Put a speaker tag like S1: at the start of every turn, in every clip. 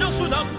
S1: 반짝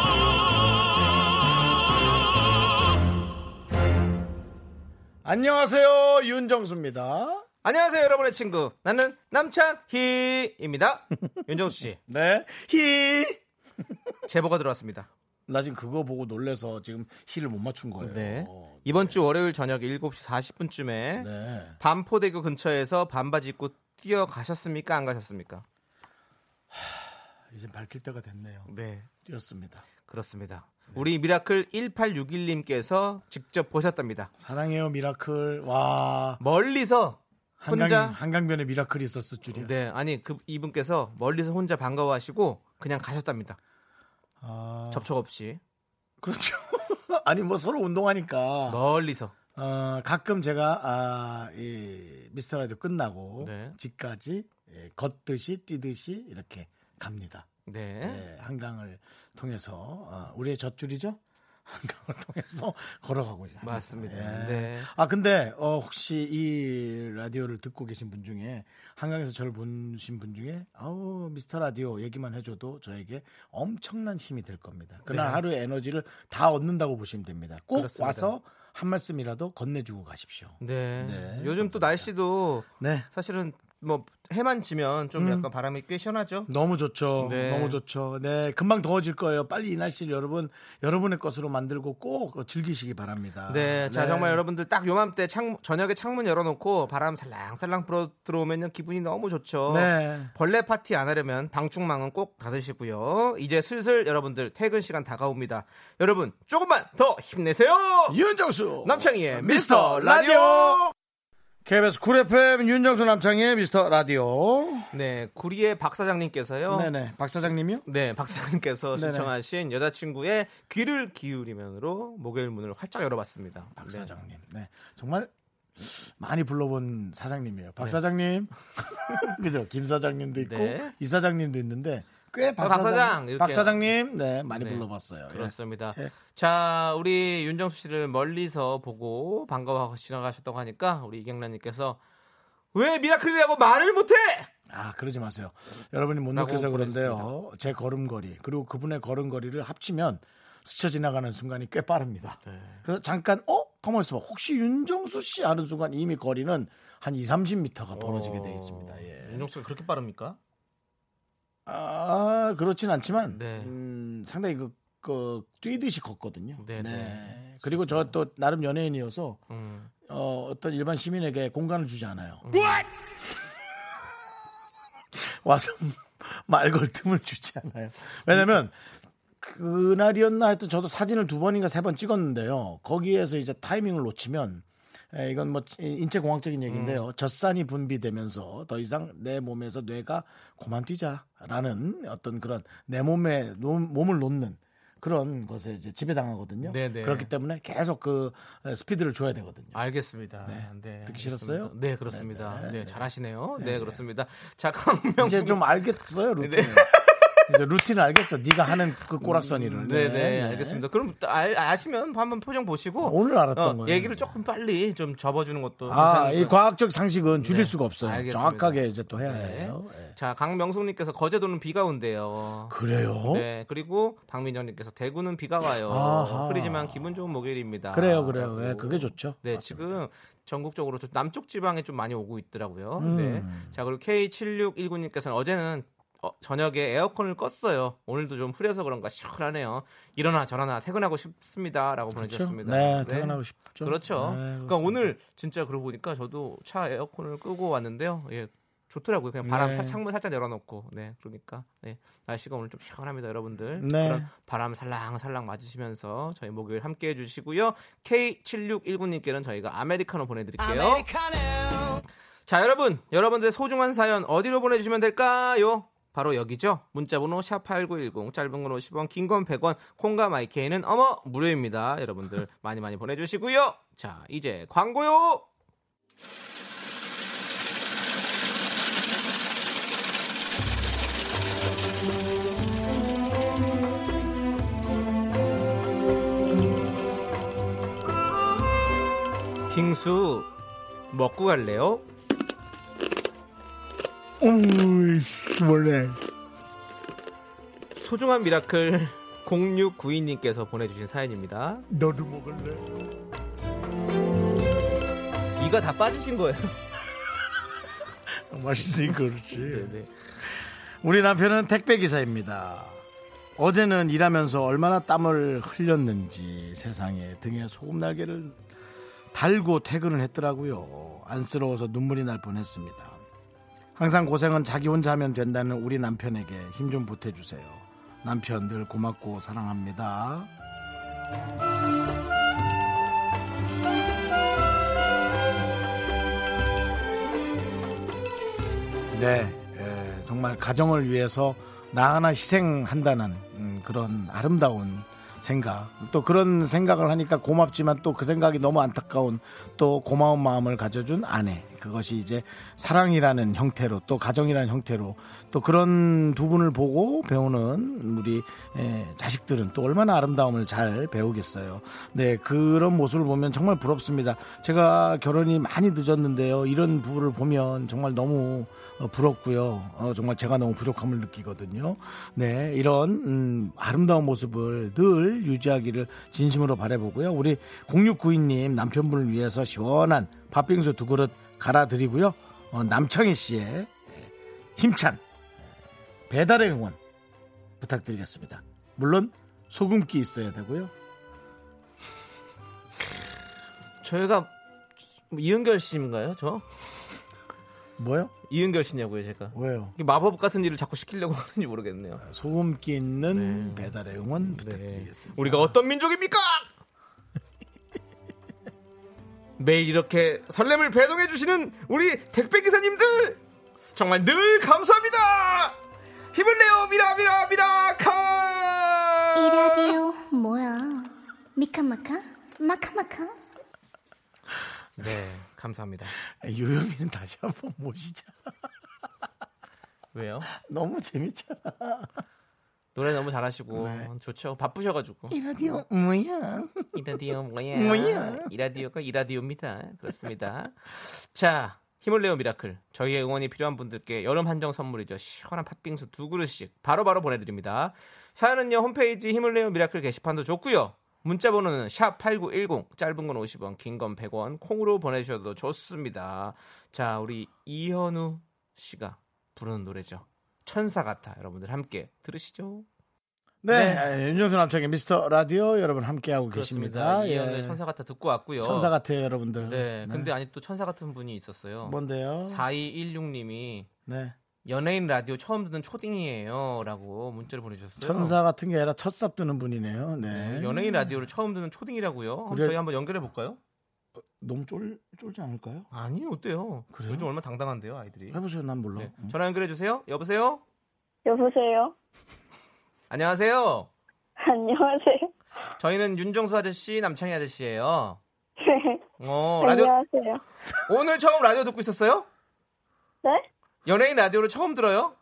S2: 안녕하세요 윤정수입니다.
S3: 안녕하세요, 여러분의 친구. 나는 남창희입니다. 윤정수 씨,
S2: 네. 히.
S3: 제보가 들어왔습니다.
S2: 나 지금 그거 보고 놀래서 지금 히를 못 맞춘 거예요.
S3: 네.
S2: 어,
S3: 이번 주 월요일 저녁 7시 40분쯤에
S2: 네.
S3: 반포대교 근처에서 반바지 입고 뛰어가셨습니까? 안 가셨습니까?
S2: 이제 밝힐 때가 됐네요.
S3: 네,
S2: 뛰었습니다.
S3: 그렇습니다.
S2: 네.
S3: 우리 미라클 1861님께서 직접 보셨답니다.
S2: 사랑해요 미라클. 와.
S3: 멀리서
S2: 한강
S3: 혼자
S2: 한강변에 미라클이 있었을 줄이야.
S3: 네, 아니 그 이분께서 멀리서 혼자 반가워하시고 그냥 가셨답니다.
S2: 아,
S3: 접촉 없이
S2: 그렇죠. 아니 뭐 서로 운동하니까
S3: 뭐. 멀리서
S2: 어, 가끔 제가 아, 이 미스터 라디오 끝나고
S3: 네.
S2: 집까지 예, 걷듯이 뛰듯이 이렇게 갑니다.
S3: 네.
S2: 예, 한강을 통해서 아, 우리의 젖줄이죠. 한강을 통해서 걸어가고 있습니다.
S3: 맞습니다. 네.
S2: 아 근데 어, 혹시 이 라디오를 듣고 계신 분 중에 한강에서 저를 보신 분 중에 아우 미스터 라디오 얘기만 해줘도 저에게 엄청난 힘이 될 겁니다. 그날
S3: 네.
S2: 하루의 에너지를 다 얻는다고 보시면 됩니다. 꼭
S3: 그렇습니다.
S2: 와서 한 말씀이라도 건네주고 가십시오.
S3: 네.
S2: 네,
S3: 요즘 또
S2: 감사합니다.
S3: 날씨도
S2: 네.
S3: 사실은 뭐 해만 지면 좀 약간 바람이 꽤 시원하죠.
S2: 너무 좋죠.
S3: 네.
S2: 너무 좋죠. 네, 금방 더워질 거예요. 빨리 이 날씨를 여러분 여러분의 것으로 만들고 꼭 즐기시기 바랍니다.
S3: 네, 자 정말 여러분들 딱 요맘때 창, 저녁에 창문 열어놓고 바람 살랑살랑 불어 들어오면 기분이 너무 좋죠.
S2: 네.
S3: 벌레 파티 안 하려면 방충망은 꼭 닫으시고요. 이제 슬슬 여러분들 퇴근 시간 다가옵니다. 여러분 조금만 더 힘내세요.
S2: 윤정수
S3: 남창희의 미스터 라디오.
S2: KBS 쿨 FM 윤정수 남창희의 미스터 라디오.
S3: 네, 구리의 박 사장님께서요.
S2: 네네. 박 사장님이요?
S3: 어. 네, 박사님께서
S2: 네네.
S3: 신청하신 여자친구의 귀를 기울이면으로 목요일 문을 활짝 열어봤습니다.
S2: 박 사장님. 네. 정말 많이 불러본 사장님이에요. 박 사장님. 그죠? 김 사장님도 있고
S3: 네.
S2: 이 사장님도 있는데 꽤 박
S3: 어, 박 사장,
S2: 사장.
S3: 이렇게.
S2: 박 사장님. 네, 많이
S3: 네.
S2: 불러봤어요. 예.
S3: 그렇습니다.
S2: 예.
S3: 자, 우리 윤정수 씨를 멀리서 보고 반가워하고 지나가셨다고 하니까 우리 이경란님께서 왜 미라클이라고 말을 못해?
S2: 아 그러지 마세요. 여러분이 못
S3: 라고
S2: 느껴서 그런데요. 제 걸음걸이 그리고 그분의 걸음걸이를 합치면 스쳐 지나가는 순간이 꽤 빠릅니다.
S3: 네.
S2: 그래서 잠깐 어 가만 있어봐. 혹시 윤정수 씨 아는 순간 이미 거리는 한 2, 30m가 벌어지게 돼 있습니다. 예.
S3: 윤정수 씨가 그렇게 빠릅니까?
S2: 아 그렇진 않지만
S3: 네.
S2: 음, 상당히 그, 그 뛰듯이 걷거든요.
S3: 네, 네.
S2: 그리고 저 또 나름 연예인이어서
S3: 음.
S2: 어, 어떤 일반 시민에게 공간을 주지 않아요. 와서 말 걸 틈을 주지 않아요. 왜냐면 그날이었나 하여튼 저도 사진을 두 번인가 세 번 찍었는데요. 거기에서 이제 타이밍을 놓치면 에, 이건 뭐 인체공학적인 얘기인데요.
S3: 음.
S2: 젖산이 분비되면서 더 이상 내 몸에서 뇌가 고만 뛰자라는 어떤 그런 내 몸에 노- 몸을 놓는 그런 것에 이제 지배당하거든요.
S3: 네네.
S2: 그렇기 때문에 계속 그 에, 스피드를 줘야 되거든요.
S3: 알겠습니다. 네,
S2: 예. 듣기
S3: 알겠습니다.
S2: 싫었어요?
S3: 네, 그렇습니다. 네, 잘하시네요. 네, 그렇습니다. 자, 강명
S2: 이제 좀 알겠어요
S3: 네.
S2: 루틴. 이제 루틴을 알겠어. 네가 하는 그 꼬락선이를.
S3: 네, 네, 알겠습니다. 그럼 또 알, 아시면 한번 표정 보시고
S2: 오늘 알았던
S3: 어,
S2: 거예요.
S3: 얘기를 조금 빨리 좀 접어주는 것도
S2: 아,
S3: 괜찮을
S2: 이
S3: 것
S2: 과학적 상식은 줄일
S3: 네,
S2: 수가 없어요.
S3: 알겠습니다.
S2: 정확하게 이제 또 해야
S3: 네.
S2: 해요. 예.
S3: 자, 강명숙님께서 거제도는 비가 온대요.
S2: 그래요?
S3: 네, 그리고 박민정님께서 대구는 비가 와요.
S2: 아하.
S3: 흐리지만 기분 좋은 목요일입니다.
S2: 그래요, 그래요.
S3: 라고.
S2: 예, 그게 좋죠.
S3: 아, 네,
S2: 맞습니다.
S3: 지금 전국적으로 좀 남쪽 지방에 좀 많이 오고 있더라고요.
S2: 음.
S3: 네. 자, 그리고 K7619님께서는 어제는 어, 저녁에 에어컨을 껐어요. 오늘도 좀 흐려서 그런가 시원하네요. 일어나 저러나 퇴근하고 싶습니다라고 보내주셨습니다.
S2: 네, 퇴근하고 싶죠.
S3: 그렇죠.
S2: 네,
S3: 그러니까
S2: 그렇습니다.
S3: 오늘 진짜 그러고 보니까 저도 차 에어컨을 끄고 왔는데요. 예. 좋더라고요. 그냥 바람
S2: 네.
S3: 차- 창문 살짝 열어놓고. 네. 그러니까 네. 날씨가 오늘 좀 시원합니다, 여러분들.
S2: 네.
S3: 그런 바람 살랑살랑 맞으시면서 저희 목요일 함께 해주시고요. K7619님께는 저희가 아메리카노 보내드릴게요. 자, 여러분. 여러분들의 소중한 사연 어디로 보내주시면 될까요? 바로 여기죠. 문자번호 샵8910 짧은 건 50원 긴 건 100원 콩과 마이케이는 어머 무료입니다. 여러분들 많이 많이 보내주시고요. 자 이제 광고요. 빙수 먹고 갈래요?
S2: 오이씨, 원래.
S3: 소중한 미라클 0692님께서 보내주신 사연입니다.
S2: 너도 먹을래?
S3: 이가 다 빠지신 거예요.
S2: 맛있으니까 그렇지.
S3: 네.
S2: 우리 남편은 택배기사입니다. 어제는 일하면서 얼마나 땀을 흘렸는지 세상에 등에 소금 날개를 달고 퇴근을 했더라고요. 안쓰러워서 눈물이 날 뻔했습니다. 항상 고생은 자기 혼자 하면 된다는 우리 남편에게 힘 좀 보태주세요. 남편 늘 고맙고 사랑합니다. 네, 예, 정말 가정을 위해서 나 하나 희생한다는 음, 그런 아름다운 생각. 또 그런 생각을 하니까 고맙지만 또 그 생각이 너무 안타까운 또 고마운 마음을 가져준 아내. 그것이 이제 사랑이라는 형태로 또 가정이라는 형태로 또 그런 두 분을 보고 배우는 우리 예, 자식들은 또 얼마나 아름다움을 잘 배우겠어요. 네, 그런 모습을 보면 정말 부럽습니다. 제가 결혼이 많이 늦었는데요. 이런 부부를 보면 정말 너무 어, 부럽고요. 어, 정말 제가 너무 부족함을 느끼거든요. 네, 이런 음, 아름다운 모습을 늘 유지하기를 진심으로 바라보고요. 우리 0692님 남편분을 위해서 시원한 팥빙수 두 그릇 갈아드리고요. 어, 남창희 씨의 네, 힘찬 배달의 응원 부탁드리겠습니다. 물론 소금기 있어야 되고요.
S3: 저희가 뭐 이은결 씨인가요? 저
S2: 뭐요?
S3: 이은결 씨냐고요, 제가.
S2: 왜요?
S3: 이게 마법 같은 일을 자꾸 시키려고 하는지 모르겠네요.
S2: 소금기 있는
S3: 네.
S2: 배달의 응원 부탁드리겠습니다.
S3: 우리가 어떤 민족입니까? 매일 이렇게 설렘을 배송해 주시는 우리 택배 기사님들 정말 늘 감사합니다. 힘을 내요 미라 미라 미라카.
S1: 이 라디오 뭐야? 미카마카? 마카마카?
S3: 네, 감사합니다.
S2: 아, 유영이는 다시 한번 모시자.
S3: 왜요?
S2: 너무 재밌잖아.
S3: 노래 너무 잘하시고 좋죠. 바쁘셔가지고
S2: 이 라디오 뭐야?
S3: 네. 이 라디오 뭐야?
S2: 뭐야?
S3: 이 라디오가 이 라디오입니다. 그렇습니다. 자, 힘을 내요 미라클. 저희의 응원이 필요한 분들께 여름 한정 선물이죠. 시원한 팥빙수 두 그릇씩 바로바로 보내드립니다. 사연은요 홈페이지 힘을 내요 미라클 게시판도 좋고요. 문자 번호는 샵 8910 짧은 건 50원 긴 건 100원 콩으로 보내주셔도 좋습니다. 자 우리 이현우 씨가 부르는 노래죠. 천사 같아 여러분들 함께 들으시죠.
S2: 네, 아, 윤정수 남창의 미스터 라디오 여러분 함께하고 계십니다.
S3: 이현우의
S2: 예.
S3: 천사 같아 듣고 왔고요.
S2: 천사 같아요, 여러분들.
S3: 네, 근데 아, 아니 또 천사 같은 분이 있었어요.
S2: 뭔데요?
S3: 4216님이
S2: 네.
S3: 연예인 라디오 처음 듣는 초딩이에요라고 문자를 보내주셨어요.
S2: 천사 같은 게 아니라 첫삽 드는 분이네요. 네.
S3: 네, 연예인 라디오를 처음 듣는 초딩이라고요. 한번
S2: 우리-
S3: 저희 한번 연결해 볼까요?
S2: 너무 쫄, 쫄지 않을까요?
S3: 아니 어때요?
S2: 그래요?
S3: 요즘 얼마 나 당당한데요 아이들이.
S2: 해보세요, 난 몰라.
S3: 네,
S2: 음.
S3: 전화 연결해 주세요. 여보세요.
S4: 여보세요?
S3: 안녕하세요.
S4: 안녕하세요?
S3: 저희는 윤정수 아저씨, 남창희 아저씨예요.
S4: 네.
S3: 어, 라디오
S4: 안녕하세요.
S3: 오늘 처음 라디오 듣고 있었어요?
S4: 네?
S3: 연예인 라디오를 처음 들어요?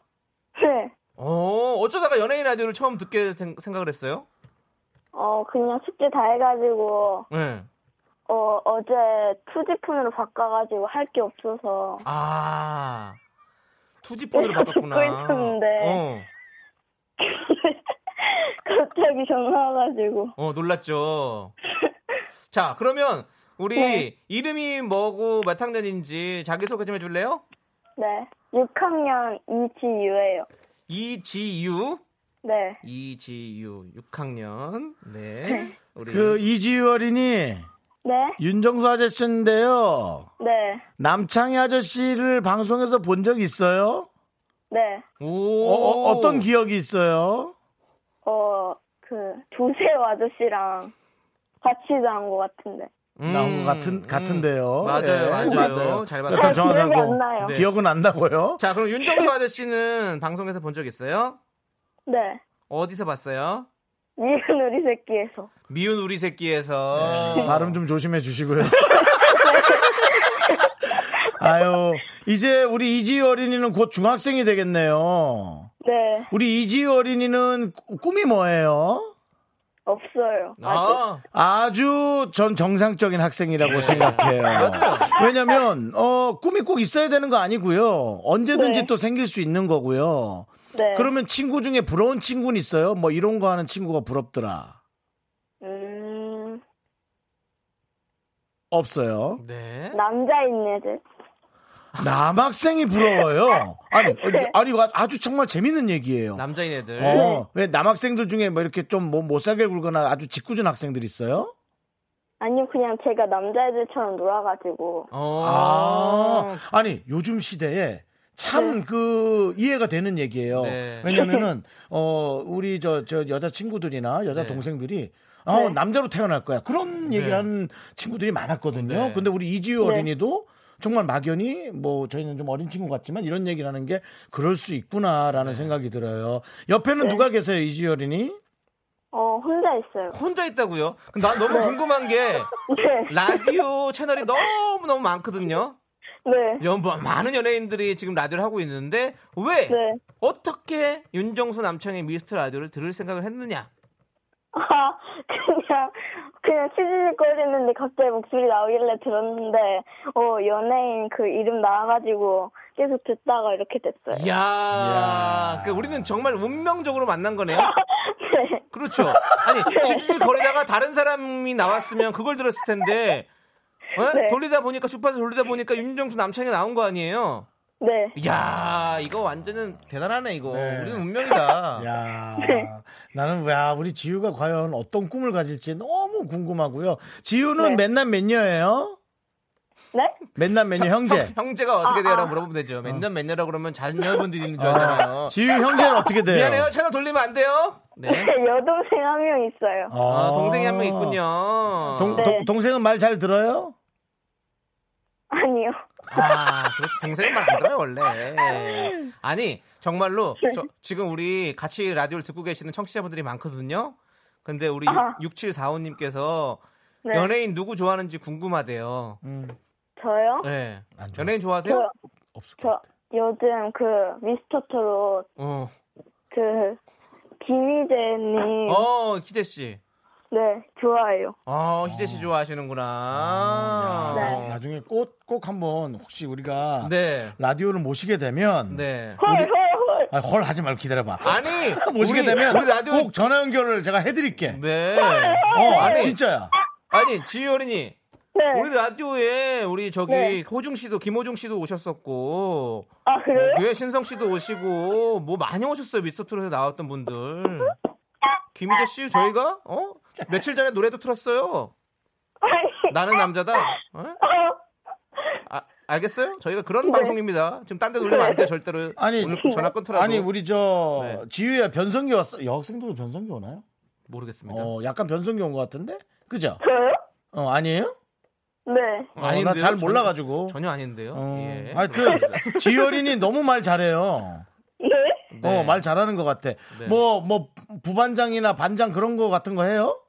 S4: 네.
S3: 어, 어쩌다가 연예인 라디오를 처음 듣게 생- 생각을 했어요?
S4: 어, 그냥 숙제 다 해가지고,
S3: 네.
S4: 어, 어제 투지폰으로 바꿔가지고 할 게 없어서.
S3: 아 투지폰으로
S4: 네, 그래서
S3: 바꿨구나. 어,
S4: 듣고 있었는데. 갑자기 전화 와가지고.
S3: 어, 어 놀랐죠. 자 그러면 우리
S4: 네.
S3: 이름이 뭐고 몇 학년인지 자기 소개 좀 해줄래요?
S4: 네. 6학년 이지유예요.
S3: 이지유
S4: 네.
S3: 이지유 6학년 네 우리
S2: 그 이지유 어린이
S4: 네?
S2: 윤정수 아저씨인데요.
S4: 네.
S2: 남창희 아저씨를 방송에서 본 적 있어요?
S4: 네.
S2: 어,
S3: 오
S2: 어, 어떤 기억이 있어요?
S4: 어, 그, 조세호 아저씨랑 같이 나온 것 같은데.
S3: 음,
S2: 나온 것 같은
S3: 음.
S2: 같은데요.
S3: 맞아요,
S2: 예,
S3: 맞아요.
S2: 맞아요.
S3: 잘
S2: 일단
S3: 봤어요.
S4: 기억이 안
S2: 정확하고
S4: 나요.
S3: 네.
S2: 기억은 안 나고요.
S3: 자 그럼 윤정수 아저씨는 방송에서 본 적 있어요?
S4: 네.
S3: 어디서 봤어요?
S4: 니은 우리 새끼에서.
S2: 네.
S3: 미운 우리 새끼에서
S2: 발음 좀 조심해 주시고요. 아유, 이제 우리 이지유 어린이는 곧 중학생이 되겠네요.
S4: 네,
S2: 우리 이지유 어린이는 꾸- 꿈이 뭐예요?
S4: 없어요. 아직.
S3: 아,
S2: 아주 전 정상적인 학생이라고 생각해요. 왜냐면, 어, 꿈이 꼭 있어야 되는 거 아니고요. 언제든지
S4: 네.
S2: 또 생길 수 있는 거고요.
S4: 네.
S2: 그러면 친구 중에 부러운 친구는 있어요? 뭐 이런 거 하는 친구가 부럽더라.
S4: 음, 그
S2: 없어요.
S3: 네.
S4: 남자 있는 애들.
S2: 남학생이 부러워요. 아니,
S4: 네.
S2: 아니, 이거 아주 정말 재밌는 얘기예요.
S3: 남자인 애들.
S2: 어, 왜 남학생들 중에 뭐 이렇게 좀 뭐 못살게 굴거나 아주 짓궂은 학생들 있어요?
S4: 아니요, 그냥 제가 남자애들처럼 놀아가지고.
S3: 어.
S2: 아, 아니 요즘 시대에 참 그 이해가 되는 얘기예요.
S3: 네.
S2: 왜냐면은 어 우리 저 저 여자 친구들이나 여자
S3: 네.
S2: 동생들이 어 남자로 태어날 거야 그런 얘기를
S3: 네.
S2: 하는 친구들이 많았거든요.
S3: 네.
S2: 근데 우리 이지유 어린이도 정말 막연히 뭐 저희는 좀 어린 친구 같지만 이런 얘기를 하는 게 그럴 수
S3: 네.
S2: 있구나라는 생각이 들어요. 옆에는 누가 계세요, 이지유 어린이?
S4: 어, 혼자 있어요.
S3: 혼자 있다고요? 근데 나 너무 궁금한 게
S4: 네,
S3: 라디오 채널이 너무 너무 많거든요.
S4: 네,
S3: 연 많은 연예인들이 지금 라디오를 하고 있는데 왜
S4: 네.
S3: 어떻게 윤정수 남창의 미스터 라디오를 들을 생각을 했느냐?
S4: 아, 그냥, 그냥 치질거리는데 갑자기 목소리 나오길래 들었는데, 어, 연예인 그 이름 나와가지고 계속 듣다가 이렇게 됐어요.
S3: 이야, 그러니까 우리는 정말 운명적으로 만난 거네요.
S4: 네.
S3: 그렇죠. 아니 지지질 거리다가 다른 사람이 나왔으면 그걸 들었을 텐데 어?
S4: 네.
S3: 돌리다 보니까 주파수 돌리다 보니까 윤정수 남창이 나온 거 아니에요?
S4: 네.
S3: 이야, 이거 완전은 대단하네 이거. 우리는 운명이다.
S2: 야,
S3: 네.
S2: 나는 야 우리 지유가 과연 어떤 꿈을 가질지 너무 궁금하고요. 지유는
S4: 네.
S2: 맨남 맨녀예요?
S4: 네?
S2: 맨남 맨녀 형제.
S3: 형, 제가 어떻게 돼요라고 물어보면 되죠. 몇 년 몇 년이라고 그러면 자녀분들이 있는 줄 알잖아요.
S2: 지유 형제는 어떻게 돼요?
S3: 미안해요. 채널 돌리면 안 돼요. 네.
S4: 여동생 한 명 있어요.
S2: 어.
S3: 아, 동생이 한 명 있군요.
S2: 동,
S4: 네.
S2: 생은 말 잘 들어요?
S4: 아니요.
S3: 아, 그렇지. 동생은 말 안 들어요, 원래. 아니, 정말로
S4: 네.
S3: 저- 지금 우리 같이 라디오를 듣고 계시는 청취자분들이 많거든요. 근데 우리
S4: 아하.
S3: 6745님께서
S4: 네.
S3: 연예인 누구 좋아하는지 궁금하대요.
S4: 저요?
S3: 네.
S2: 안 좋아.
S3: 연예인 좋아하세요?
S4: 저,
S2: 없을 것
S4: 저
S2: 같아.
S4: 요즘 그 미스터 트롯
S3: 어.
S4: 그 김희재님
S3: 어, 희재 씨.
S4: 네 좋아요.
S3: 어, 희재 씨 좋아하시는구나.
S4: 야,
S3: 어.
S2: 나중에 꼭, 꼭 한번 혹시 우리가
S3: 네.
S2: 라디오를 모시게 되면
S3: 네.
S4: 헐헐헐.
S2: 아, 헐 하지 말고 기다려봐.
S3: 아니,
S2: 모시게
S3: 우리,
S2: 되면
S3: 우리 라디오
S2: 꼭 전화 연결을 제가 해드릴게.
S3: 네.
S2: 어,
S3: 아니.
S2: 진짜야.
S3: 아니, 지유 어린이.
S4: 네.
S3: 우리 라디오에 우리 저기
S4: 네.
S3: 호중 씨도 김호중 씨도 오셨었고
S4: 아 그래요?
S2: 네,
S3: 왜 신성 씨도 오시고 뭐 많이 오셨어요 미스터트롯에 나왔던 분들 김희재 씨 저희가 어 며칠 전에 노래도 틀었어요
S4: 아니,
S3: 나는 남자다 어?
S2: 네.
S3: 아, 알겠어요 저희가 그런
S4: 네.
S3: 방송입니다 지금 딴 데 돌리면 안 돼 절대로
S2: 아니,
S3: 오늘 전화 끊더라도
S2: 아니, 우리 저
S3: 네.
S2: 지유야 변성기 왔어. 여학생들도 변성기 오나요?
S3: 모르겠습니다
S2: 어, 약간 변성기 온 것 같은데? 그죠?
S4: 저요?
S2: 어, 아니에요? 어,
S4: 네.
S3: 어, 아닌데요?
S2: 나잘
S3: 전혀-
S2: 몰라가지고.
S3: 전혀 아닌데요
S2: 어,
S3: 예.
S2: 하여튼, 지열이니 너무 말 잘해요.
S4: 네?
S3: 네.
S2: 어, 말 잘하는 것 같아.
S3: 네.
S2: 뭐, 뭐, 부반장이나 반장 그런 거 같은 거 해요?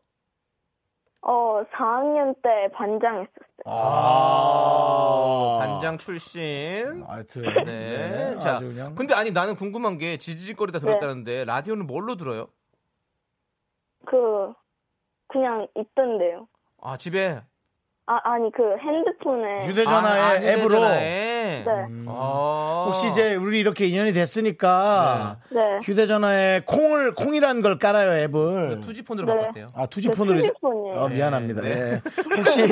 S4: 어 4학년 때 반장했었어요.
S2: 아,
S3: 반장 출신
S2: 하여튼.
S3: 네.
S2: 네,
S3: 자,
S2: 아주 그냥.
S3: 근데 아니 나는 궁금한 게 지지직거리다
S4: 네.
S3: 들었다는데 라디오는 뭘로 들어요?
S4: 그 그냥 있던데요.
S3: 아 집에
S4: 아 아니 그 핸드폰에
S2: 휴대전화에 음.
S3: 아, 아,
S2: 앱으로.
S3: 휴대전화에?
S4: 네.
S3: 아.
S2: 혹시 이제 우리 이렇게 인연이 됐으니까
S4: 네.
S2: 휴대전화에 콩을, 콩이라는 걸 깔아요, 앱을.
S3: 투지폰으로
S4: 네.
S3: 바꿨대요.
S2: 아,
S4: 저
S2: 투지폰으로. 이제-
S4: 휴대폰이에요.
S2: 어, 미안합니다.
S3: 네.
S2: 예. 혹시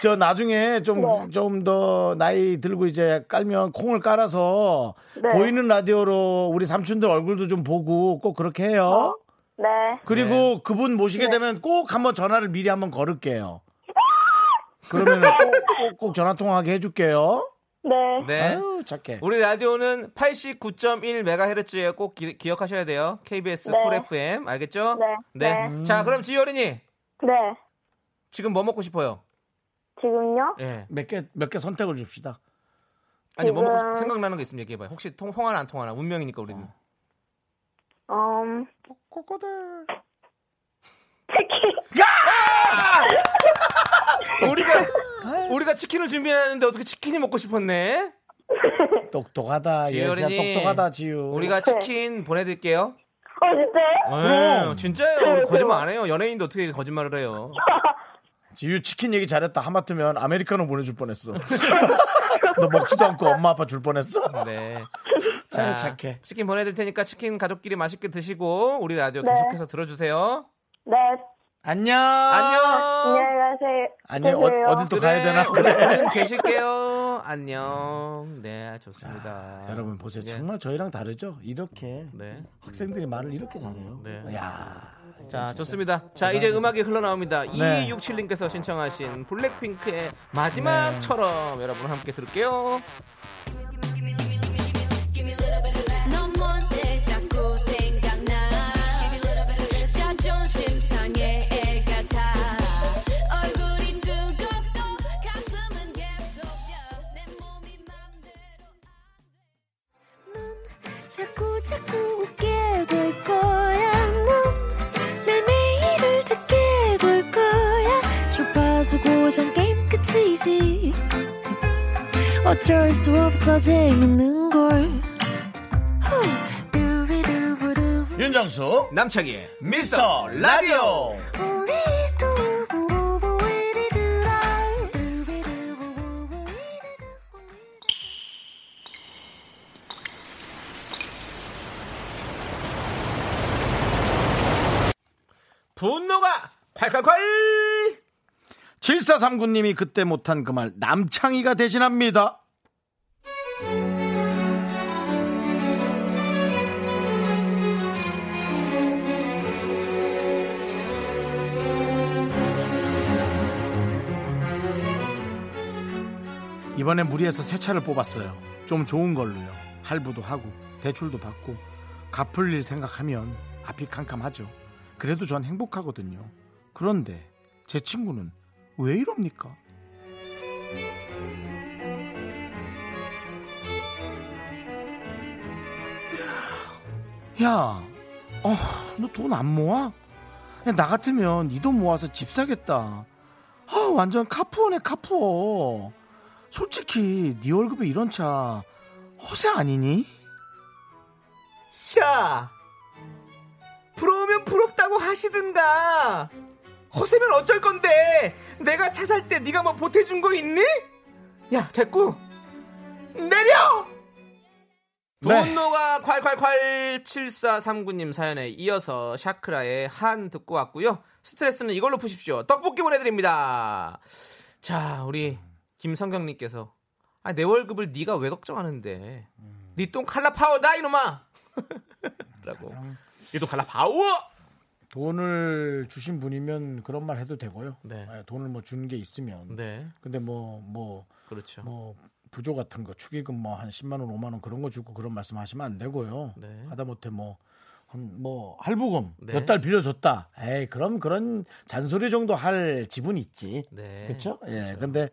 S2: 저 나중에 좀 좀 더 나이 들고 이제 깔면 콩을 깔아서
S4: 네.
S2: 보이는 라디오로 우리 삼촌들 얼굴도 좀 보고 꼭 그렇게 해요.
S3: 어?
S4: 네.
S2: 그리고 그분
S3: 네.
S2: 모시게 되면 꼭 한번 전화를 미리 한번 걸을게요. 그러면 꼭, 꼭, 꼭 전화 통화하게 해줄게요.
S4: 네.
S3: 네.
S2: 아유 착해.
S3: 우리 라디오는 89.1MHz에 꼭 기, 억하셔야 돼요. KBS
S4: 네.
S3: 쿨 FM 알겠죠?
S4: 네. 네.
S3: 자,
S2: 음.
S3: 그럼 지효린이
S4: 네.
S3: 지금 뭐 먹고 싶어요?
S4: 지금요?
S3: 예.
S2: 몇 개 몇 개 선택을 줍시다.
S3: 아니 뭐 먹고
S4: 지금-
S3: 싶- 생각나는 거 있으면 얘기해 봐요. 혹시 통, 통하나 안 통하나 운명이니까 우리는.
S2: 아,
S4: 음.
S2: 꼬꼬들.
S4: 치킨.
S3: 우리가 우리가 치킨을 준비했는데 어떻게 치킨이 먹고 싶었네?
S2: 똑똑하다. 예지야
S3: 지효린이.
S2: 똑똑하다 지유.
S3: 우리가 치킨 보내드릴게요.
S4: 어, 진짜요?
S2: 네. 아. 그럼.
S3: 진짜요. 우리 거짓말 안 해요. 연예인도 어떻게 거짓말을 해요?
S2: 지유 치킨 얘기 잘했다. 하마터면 아메리카노 보내줄 뻔했어. 너 먹지도 않고 엄마 아빠 줄 뻔했어.
S3: 네.
S2: 아유, 착해.
S3: 치킨 보내드릴 테니까 치킨 가족끼리 맛있게 드시고 우리 라디오
S2: 네.
S3: 계속해서 들어주세요.
S4: 네, 아,
S2: 안녕.
S3: 안녕.
S4: 안녕히 가세요.
S2: 안녕. 어,
S4: 계세요.
S2: 어딜 또 가야 되나?
S3: 우리
S2: 그래.
S3: 우리는 계실게요. 안녕. 네, 좋습니다.
S2: 여러분 보세요.
S3: 예.
S2: 정말 저희랑 다르죠? 이렇게
S3: 네.
S2: 학생들이 말을 이렇게 잘해요.
S3: 네.
S2: 야
S3: 자, 좋습니다. 자, 이제 음악이 흘러나옵니다.
S2: 네.
S3: 2267님께서 신청하신 블랙핑크의 마지막처럼 여러분 함께 들을게요.
S5: 넌 뭔데 자꾸 생각나 자존심 상해 애가 다 얼굴이 뜨겁고 가슴은 계속 내 몸이 맘대로
S1: 자꾸 자꾸 웃게 될 거야. 넌내 매일을 듣게 될 거야. 주파수 고정 게임 끝이지. 어쩔 수 없어 재밌는 걸. 후. 두비두부두.
S2: 윤정수
S3: 남창희의
S2: 미스터 라디오.
S1: 우리 두부부부 우리 두라. 두비두부부부 우리 두부부.
S3: 분노가 콸콸콸!
S2: 7439님이 그때 못한 그 말 남창희가 대신합니다. 이번에 무리해서 새 차를 뽑았어요. 좀 좋은 걸로요. 할부도 하고 대출도 받고 갚을 일 생각하면 앞이 캄캄하죠. 그래도 전 행복하거든요. 그런데 제 친구는 왜 이럽니까? 야, 어, 너 돈 안 모아? 야, 나 같으면 이 돈 모아서 집 사겠다. 아, 완전 카푸어네 카푸어. 솔직히 네 월급에 이런 차 허세 아니니?
S3: 야 부러우면 부럽다고 하시든가 허세면 어쩔 건데 내가 차 살 때 네가 뭐 보태준 거 있니? 야 됐고 내려 분노가 콸콸콸 7439님 사연에 이어서 샤크라의 한 듣고 왔고요 스트레스는 이걸로 푸십시오 떡볶이 보내드립니다 자 우리 김성경님께서 아, 내 월급을 네가 왜 걱정하는데 니 똥 칼라 파워다 이놈아 라고 이 똥 칼라 파워
S2: 돈을 주신 분이면 그런 말 해도 되고요.
S3: 네.
S2: 예, 돈을 뭐 준 게 있으면.
S3: 네
S2: 근데 뭐 뭐,
S3: 그렇죠
S2: 뭐 부조 같은 거 축의금 뭐 한 10만 원, 5만 원 그런 거 주고 그런 말씀 하시면 안 되고요.
S3: 네.
S2: 하다못해 뭐 한, 뭐, 할부금
S3: 네.
S2: 몇 달 빌려줬다. 에이, 그럼 그런 잔소리 정도 할 지분이 있지.
S3: 네.
S2: 그렇죠? 예. 근데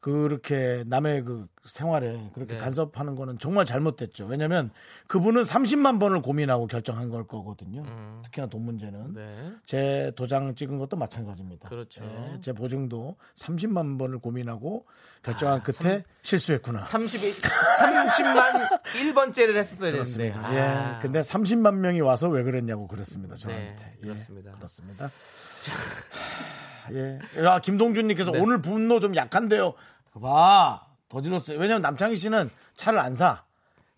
S2: 그렇게 남의 그 생활에 그렇게
S3: 네.
S2: 간섭하는 거는 정말 잘못됐죠. 왜냐면 그분은 30만 번을 고민하고 결정한 걸 거거든요. 특히나 돈 문제는.
S3: 음. 네
S2: 제 도장 찍은 것도 마찬가지입니다.
S3: 그렇죠.
S2: 예, 제 보증도 30만 번을 고민하고
S3: 아,
S2: 결정한 끝에 실수했구나.
S3: 30, 30만 1번째를 했었어야 되는데
S2: 그렇습니다.
S3: 아.
S2: 예. 근데 30만 명이 와서 왜 그랬냐고 그랬습니다. 저한테.
S3: 네,
S2: 예,
S3: 그렇습니다.
S2: 그렇습니다. 하, 예. 야, 김동준 님께서
S3: 네.
S2: 오늘 분노 좀 약한데요. 봐. 더 질렀어요. 왜냐면 남창희 씨는 차를 안 사.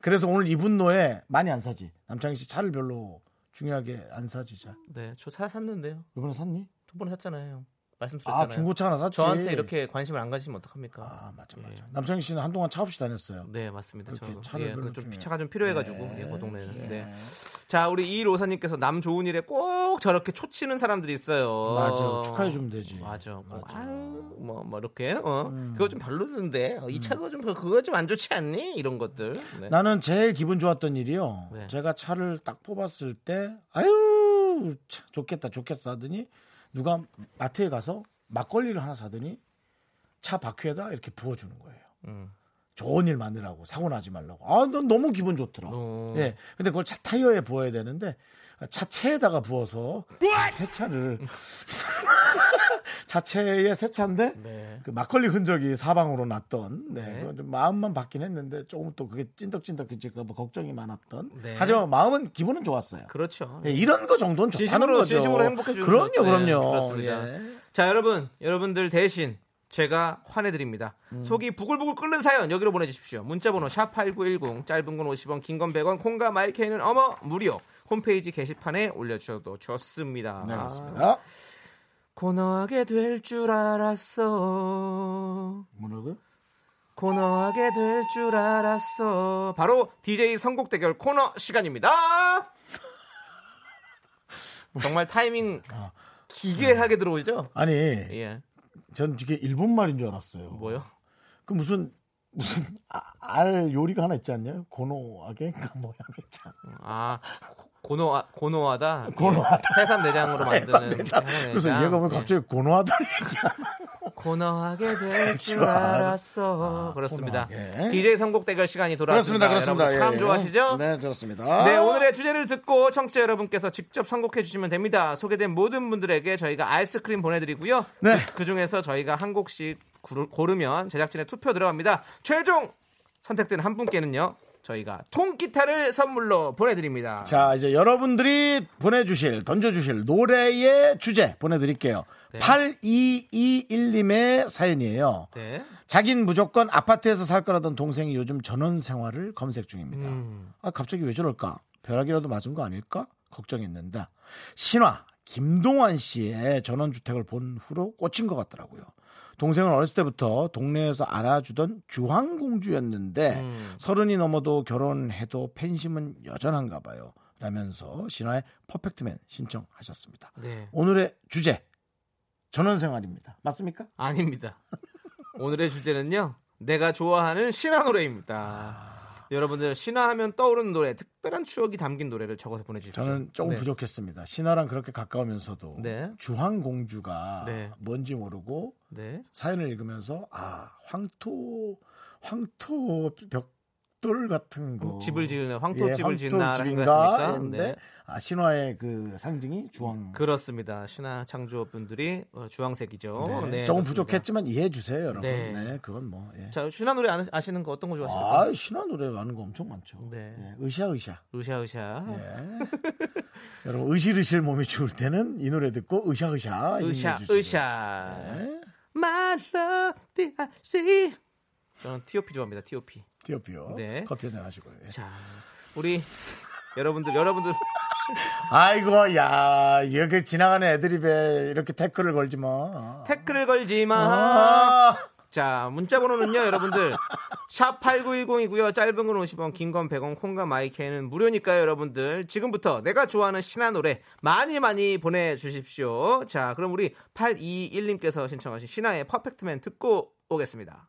S2: 그래서 오늘 이 분노에 많이 안 사지. 남창희 씨 차를 별로 중요하게 안 사지. 자.
S3: 네, 저 사 샀는데요
S2: 이번에 샀니?
S3: 두 번 샀잖아요 말씀드렸잖아요
S2: 아, 중고차 하나 샀지.
S3: 저한테 이렇게 관심을 안 가지시면 어떡합니까
S2: 아, 맞아 맞아.
S3: 예.
S2: 남창희 씨는 한동안 차 없이 다녔어요.
S3: 네 맞습니다.
S2: 그렇게
S3: 저도
S2: 차를
S3: 예,
S2: 별로
S3: 좀
S2: 중요해요.
S3: 피차가 좀 필요해가지고 예, 그 동네는. 네. 자 우리 이 로사님께서 남 좋은 일에 꼭 저렇게 초치는 사람들이 있어요.
S2: 맞아. 축하해 주면 되지.
S3: 맞아. 뭐, 아유, 뭐, 뭐 이렇게 어. 그거 좀 별로던데 어, 이 차가 좀 그- 그거 좀 안 좋지 않니? 이런 것들. 네.
S2: 나는 제일 기분 좋았던 일이요.
S3: 네.
S2: 제가 차를 딱 뽑았을 때, 아유, 차, 좋겠다, 좋겠어 하더니, 누가 마트에 가서 막걸리를 하나 사더니, 차 바퀴에다 이렇게 부어주는 거예요.
S3: 음.
S2: 좋은 일 많으라고, 사고 나지 말라고. 아, 넌 너무 기분 좋더라.
S3: 어.
S2: 예. 근데 그걸 차 타이어에 부어야 되는데, 차체에다가 부어서, 새 차를, 자체의 새 차인데
S3: 네.
S2: 그 막걸리 흔적이 사방으로 났던 네,
S3: 네.
S2: 그건 좀 마음만 바긴 했는데 조금 또 그게 찐덕찐덕해질까 봐 걱정이 많았던
S3: 네.
S2: 하지만 마음은 기분은 좋았어요.
S3: 그렇죠.
S2: 예, 이런 거 정도는 좋다는
S3: 진심으로,
S2: 거죠.
S3: 진심으로 행복해 주는
S2: 그럼요,
S3: 거죠. 예,
S2: 그럼요.
S3: 그렇습니다.
S2: 예.
S3: 자, 여러분, 여러분들 대신 제가 환해드립니다. 속이 부글부글 끓는 사연 여기로 보내주십시오. 문자번호 샵8910 짧은 건 50원, 긴 건 100원, 콩과 마이케이는 어머 무료. 홈페이지 게시판에 올려주셔도 좋습니다.
S2: 네, 그렇습니다.
S3: 고너하게 될 줄 알았어.
S2: 뭐라고요?
S3: 코너하게 될 줄 알았어. 바로 DJ 선곡 대결 코너 시간입니다. 정말 타이밍
S2: 아, 네.
S3: 기괴하게 들어오죠?
S2: 아니,
S3: 예.
S2: 전 이게 일본 말인 줄 네. 알았어요.
S3: 뭐요?
S2: 그 무슨 무슨 아- 알 요리가 하나 있지 않냐? 고노하게 그뭐 하나 있지 않
S3: 아, 고노 고노하다. 예.
S2: 고노하다.
S3: 해삼 내장으로
S2: 네,
S3: 만드는
S2: 해산대장.
S3: 해삼
S2: 그래서
S3: 내장.
S2: 얘가 왜
S3: 예.
S2: 갑자기 고노하다
S3: 코너하게 될 줄
S2: 줄 알아.
S3: 알았어. 그렇습니다.
S2: 코너하게.
S3: DJ 선곡 대결 시간이 돌아왔습니다. 여러분 참 좋아하시죠?
S2: 네, 그렇습니다.
S3: 네, 오늘의 주제를 듣고 청취자 여러분께서 직접 선곡해 주시면 됩니다. 소개된 모든 분들에게 저희가 아이스크림 보내드리고요.
S2: 네.
S3: 그 중에서 저희가 한 곡씩 구르- 고르면 제작진의 투표 들어갑니다. 최종 선택된 한 분께는요, 저희가 통기타를 선물로 보내드립니다.
S2: 자, 이제 여러분들이 보내주실, 던져주실 노래의 주제 보내드릴게요.
S3: 네.
S2: 8221님의 사연이에요.
S3: 네.
S2: 자긴 무조건 아파트에서 살 거라던 동생이 요즘 전원 생활을 검색 중입니다. 아, 갑자기 왜 저럴까? 벼락이라도 맞은 거 아닐까? 걱정했는데 신화 김동완 씨의 전원 주택을 본 후로 꽂힌 것 같더라고요. 동생은 어렸을 때부터 동네에서 알아주던 주황공주였는데 서른이 넘어도 결혼해도 팬심은 여전한가 봐요. 라면서 신화의 퍼펙트맨 신청하셨습니다.
S3: 네.
S2: 오늘의 주제 전원 생활입니다. 맞습니까?
S3: 아닙니다. 오늘의 주제는요. 내가 좋아하는 신화 노래입니다. 여러분들 신화하면 떠오르는 노래, 특별한 추억이 담긴 노래를 적어서 보내주십시오.
S2: 저는 조금
S3: 네.
S2: 부족했습니다. 신화랑 그렇게 가까우면서도
S3: 네.
S2: 주황공주가
S3: 네.
S2: 뭔지 모르고
S3: 네.
S2: 사연을 읽으면서 아 황토 황토 벽돌 같은 거
S3: 집을 지으는 황토
S2: 어. 예,
S3: 집을 짓나 하는 거
S2: 집인가
S3: 같습니까? 네.
S2: 했는데 아, 신화의 그 상징이 주황.
S3: 그렇습니다. 신화 창조분들이 어, 주황색이죠.
S2: 네.
S3: 네,
S2: 조금
S3: 그렇습니다.
S2: 부족했지만 이해해 주세요, 여러분.
S3: 네.
S2: 네, 그건 뭐. 예.
S3: 자, 신화 노래 아는- 아시는 거 어떤 거 좋아하십니까?
S2: 아 신화 노래 많은 거 엄청 많죠.
S3: 네.
S2: 예, 으샤 으샤.
S3: 으샤 으샤.
S2: 예. 여러분 으실으실 몸이 추울 때는 이 노래 듣고 으샤 으샤.
S3: 으샤
S2: 힘내주시고요.
S3: 으샤.
S2: 네.
S3: My love, D.I.C. 저는 T.O.P 좋아합니다. T.O.P.
S2: 띄어피요.
S3: 네.
S2: 커피 한잔 하시고요. 예.
S3: 자, 우리 여러분들 여러분들
S2: 아이고, 야, 여기 지나가는 애드립에 이렇게 태클을 걸지 뭐.
S3: 태클을 걸지 마.
S2: 아,
S3: 자, 문자 번호는요, 여러분들. 샵 8910이고요. 짧은 건 50원, 긴 건 100원, 콩과 마이크는 무료니까요, 여러분들. 지금부터 내가 좋아하는 신화 노래 많이 많이 보내 주십시오. 자, 그럼 우리 821님께서 신청하신 신화의 퍼펙트맨 듣고 오겠습니다.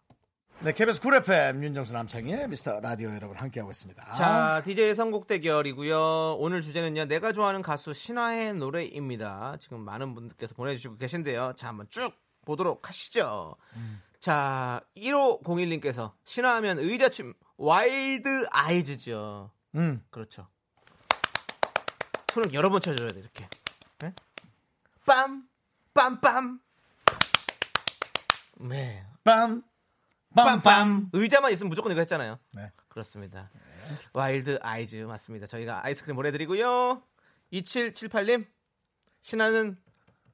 S2: 네, KBS 쿨 FM 윤정수 남창희의 미스터 라디오 여러분 함께하고 있습니다.
S3: 자, DJ 선곡 대결이고요. 오늘 주제는요. 내가 좋아하는 가수 신화의 노래입니다. 지금 많은 분들께서 보내 주시고 계신데요. 자, 한번 쭉 보도록 하시죠. 자, 1501님께서 신화하면 의자춤 와일드 아이즈죠.
S2: 음,
S3: 그렇죠. 손을 여러 번 쳐줘야 돼 이렇게. 네? 빰, 빰, 빰. 네.
S2: 빰, 빰, 빰.
S3: 빰빰. 의자만 있으면 무조건 이거 했잖아요.
S2: 네.
S3: 그렇습니다. 와일드 아이즈 맞습니다. 저희가 아이스크림 보내드리고요. 2778님 신화는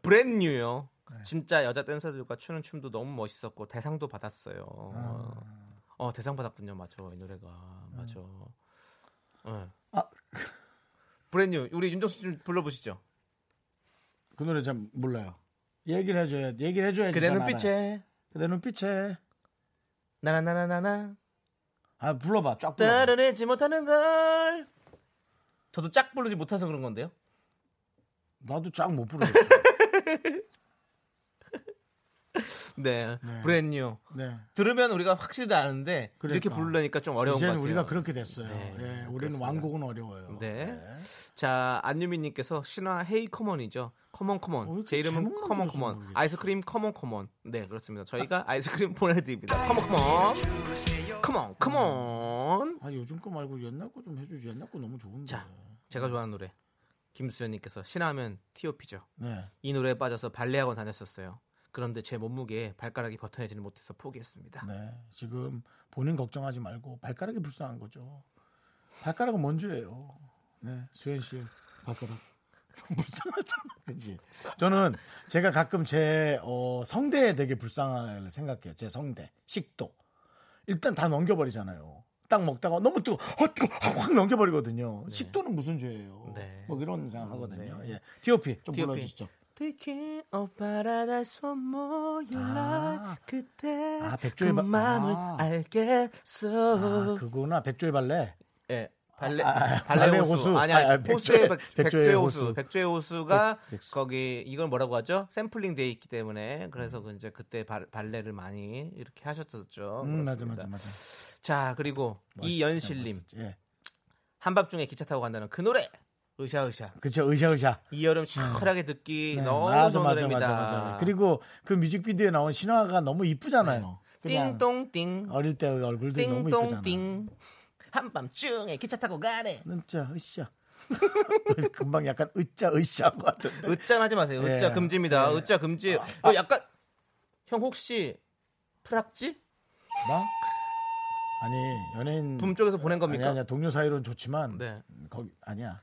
S3: 브랜뉴요.
S2: 네.
S3: 진짜 여자 댄서들과 추는 춤도 너무 멋있었고 대상도 받았어요.
S2: 아.
S3: 어 대상 받았군요. 맞아 이 노래가 맞아. 예.
S2: 음. 아.
S3: 브랜뉴 우리 윤정수 좀 불러보시죠.
S2: 그 노래 참 몰라요. 얘기를 해줘야, 얘기를 해줘야지.
S3: 그대
S2: 전 알아요.
S3: 눈빛에
S2: 그대 눈빛에.
S3: 나나나나나나
S2: 아, 불러봐. 쫙 불러봐.
S3: 따르르지 못하는 걸. 저도 짝 부르지 못해서 그런 건데요.
S2: 나도 쫙 못 불러.
S3: 네,
S2: 네.
S3: 브랜뉴.
S2: 네.
S3: 들으면 우리가 확실히 아는데
S2: 그러니까.
S3: 이렇게 부르려니까 좀 어려운 것
S2: 이제는
S3: 같아요.
S2: 우리가 그렇게 됐어요.
S3: 네,
S2: 예, 우리는
S3: 그렇습니다.
S2: 왕곡은 어려워요.
S3: 네. 자 안유민님께서 신화 헤이 커먼이죠. 커먼 커먼.
S2: 이렇게
S3: 제 이름은
S2: 어, 제목만
S3: 커먼
S2: 들어서
S3: 커먼.
S2: 모르겠지.
S3: 아이스크림 커먼 커먼. 네 그렇습니다. 저희가 아이스크림 보내드립니다. 커먼 커먼. 커먼 커먼.
S2: 아, 요즘 거 말고 옛날 거 좀 해주지. 옛날 거 너무 좋은데.
S3: 자 제가 좋아하는 노래 김수현님께서 신화하면 T.O.P죠.
S2: 네.
S3: 이 노래에 빠져서 발레학원 다녔었어요. 그런데 제 몸무게에 발가락이 버텨내지는 못해서 포기했습니다.
S2: 네, 지금 본인 걱정하지 말고 발가락이 불쌍한 거죠. 발가락은 먼저예요. 네, 수현 씨 발가락 불쌍하잖아, 그지? 저는 제가 가끔 제 어, 성대에 되게 불쌍할 생각해요. 제 성대, 식도 일단 다 넘겨버리잖아요. 딱 먹다가 너무 뜨거, 어, 뜨거, 확 넘겨버리거든요. 식도는 무슨 죄예요?
S3: 네. 음,
S2: 뭐 이런 생각하거든요. 예, T.O.P 좀
S3: T.O.P.
S2: 불러주시죠.
S3: Thinking of paradise one more you
S2: 아.
S3: like 그때
S2: 아,
S3: 그
S2: 백조의 바-
S3: 마음을
S2: 아. 아,
S3: 알겠어
S2: 그거나 백조의 발레.
S3: 예. 발레,
S2: 아,
S3: 발레,
S2: 발레
S3: 호수.
S2: 호수.
S3: 아니,
S2: 아,
S3: 아니
S2: 아, 백조의-
S3: 호수의 백,
S2: 백조의
S3: 백조의
S2: 호수.
S3: 호수. 백조의 호수가
S2: 백- 백수.
S3: 거기 이걸 뭐라고 하죠? 샘플링 돼 있기 때문에 그래서 그 이제 그때 발, 발레를 많이 이렇게 하셨었죠.
S2: 음, 맞아,
S3: 그렇습니다.
S2: 맞아, 맞아.
S3: 자, 그리고 이연실님
S2: 멋있지. 예.
S3: 한밤중에 기차 타고 간다는 그 노래 으샤으샤
S2: 그쵸, 으샤으샤.
S3: 이 여름 시원하게 듣기
S2: 네,
S3: 너무 좋은 노래입니다.
S2: 그리고 그 뮤직비디오에 나온 신화가 너무 이쁘잖아요. 그냥
S3: 띵동띵
S2: 어릴 때 얼굴도 너무 이쁘잖아.
S3: 띵동띵 한밤중에 기차 타고 가네.
S2: 으짜 으쌰. 금방 약간 으짜 으쌰한 것 같은데.
S3: 으짜 하지 마세요. 으짜
S2: 예.
S3: 금지입니다. 으짜 금지.
S2: 아,
S3: 어, 약간 형 혹시 프락지
S2: 나? 뭐? 아니 연예인
S3: 붐 쪽에서 보낸
S2: 아니
S3: 겁니까?
S2: 아니야 동료 사이로는 좋지만 음,
S3: 네.
S2: 거기 아니야.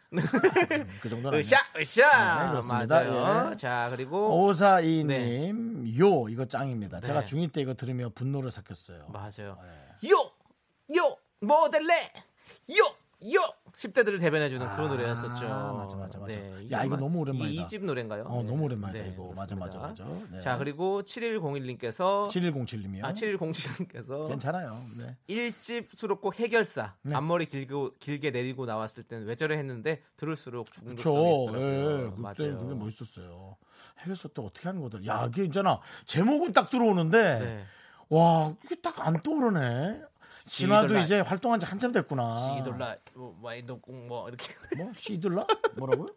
S2: 그 정도는
S3: 으쌰
S2: 아니야.
S3: 으쌰
S2: 네, 그렇습니다.
S3: 맞아요.
S2: 예.
S3: 자 그리고
S2: 오사이님 요 이거 짱입니다.
S3: 네.
S2: 제가 중2 때 이거 들으며 분노를 삭혔어요.
S3: 맞아요.
S2: 네.
S3: 요! 요! 모델레! 요! 요! 10대들을 대변해주는 그런 노래였었죠.
S2: 아, 맞아, 맞아, 맞아. 야, 이거
S3: 마-
S2: 너무 오랜만이다.
S3: 이집 노래인가요? 네.
S2: 어, 너무 오랜만이다, 이거. 맞아,
S3: 그렇습니다.
S2: 맞아, 맞아. 네.
S3: 자, 그리고 7101님께서
S2: 7107님이요.
S3: 아, 7107님께서
S2: 괜찮아요. 네.
S3: 1집 수록곡 해결사
S2: 네.
S3: 앞머리 길고, 길게 내리고 나왔을 때는 왜 저래 했는데 들을수록
S2: 그렇죠.
S3: 중독성이
S2: 예,
S3: 있더라고요.
S2: 그때 그게
S3: 맞아요.
S2: 멋있었어요. 해결사 때 어떻게 하는 거들? 야, 이게 있잖아. 제목은 딱 들어오는데
S3: 네.
S2: 와, 이게 딱 안 떠오르네. 진화도
S3: 시돌라.
S2: 이제 활동한 지 한참 됐구나.
S3: 시돌라 와이도공 뭐 이렇게
S2: 뭐 시들라? 뭐라고요?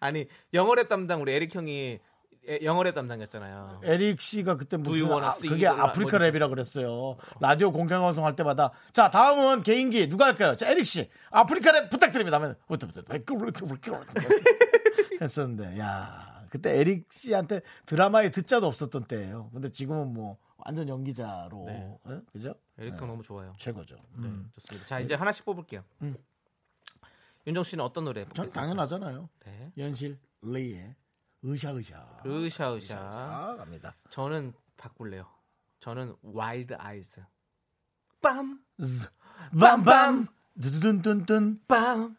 S3: 아니 영어랩 담당 우리 에릭 형이 에- 영어랩 담당이었잖아요.
S2: 에릭 씨가 그때
S3: Do
S2: 무슨
S3: you wanna
S2: 아,
S3: see
S2: 그게
S3: the-
S2: 아프리카
S3: 뭐지?
S2: 랩이라 그랬어요. 라디오 공개 방송 할 때마다 자 다음은 개인기 누가 할까요? 자 에릭 씨 아프리카 랩 부탁드립니다. 하면 어떻게 했었는데 야 그때 에릭 씨한테 드라마에 듣자도 없었던 때예요. 근데 지금은 뭐 완전 연기자로
S3: 네.
S2: 예? 그죠?
S3: 에릭 형 너무 좋아요.
S2: 최고죠.
S3: 네,
S2: 음.
S3: 좋습니다. 자 이제 하나씩 뽑을게요. 윤정 씨는 어떤 노래?
S2: 전
S3: 뽑겠습니까?
S2: 당연하잖아요.
S3: 네.
S2: 연실 레이의 으샤으샤.
S3: 아. 으샤으샤.
S2: 아 갑니다.
S3: 저는 바꿀래요. 저는 와일드 아이즈. 빰,
S2: 밤밤 두두둔둔둔
S3: 빰,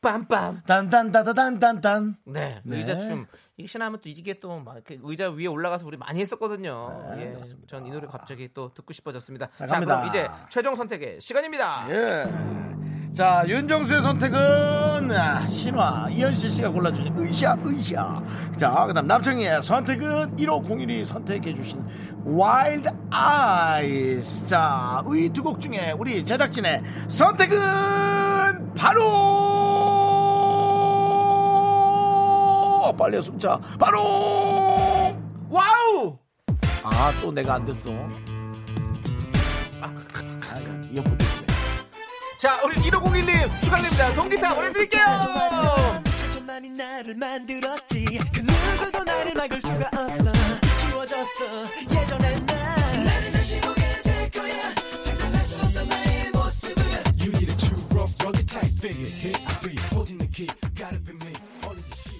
S3: 빰빰.
S2: 단단다다단단단
S3: 네,
S2: 네.
S3: 의자 춤. 이게 신하면 또 이게 또 막 이렇게 의자 위에 올라가서 우리 많이 했었거든요.
S2: 네,
S3: 예,
S2: 맞습니다.
S3: 전이 노래 갑자기 또 듣고 싶어졌습니다.
S2: 자,
S3: 자,
S2: 갑니다.
S3: 그럼 이제 최종 선택의 시간입니다.
S2: 예. 자, 윤정수의 선택은 아, 신화 이현실 씨가 골라주신 의샤 의샤. 자, 그다음 남청이의 선택은 1501이 선택해주신 와일드 아이스. 자, 의 두 곡 중에 우리 제작진의 선택은 바로 빨리 숨차 바로
S3: 와우!
S2: 아 또 내가 안 됐어. 아, 아 이어폰 좀.
S3: 자, 우리 1501님 축하드립니다. 동기타 보내드릴게요.
S6: 사천만이 나를 만들었지 그 누구도 나를 막을 수가 없어 지워졌어 예전의 나 나를 다시 보게 될 거야 상상할 수 없던 나의 모습을 You need a true rough rugged type figure Here I be holding the key Gotta be me All of this shit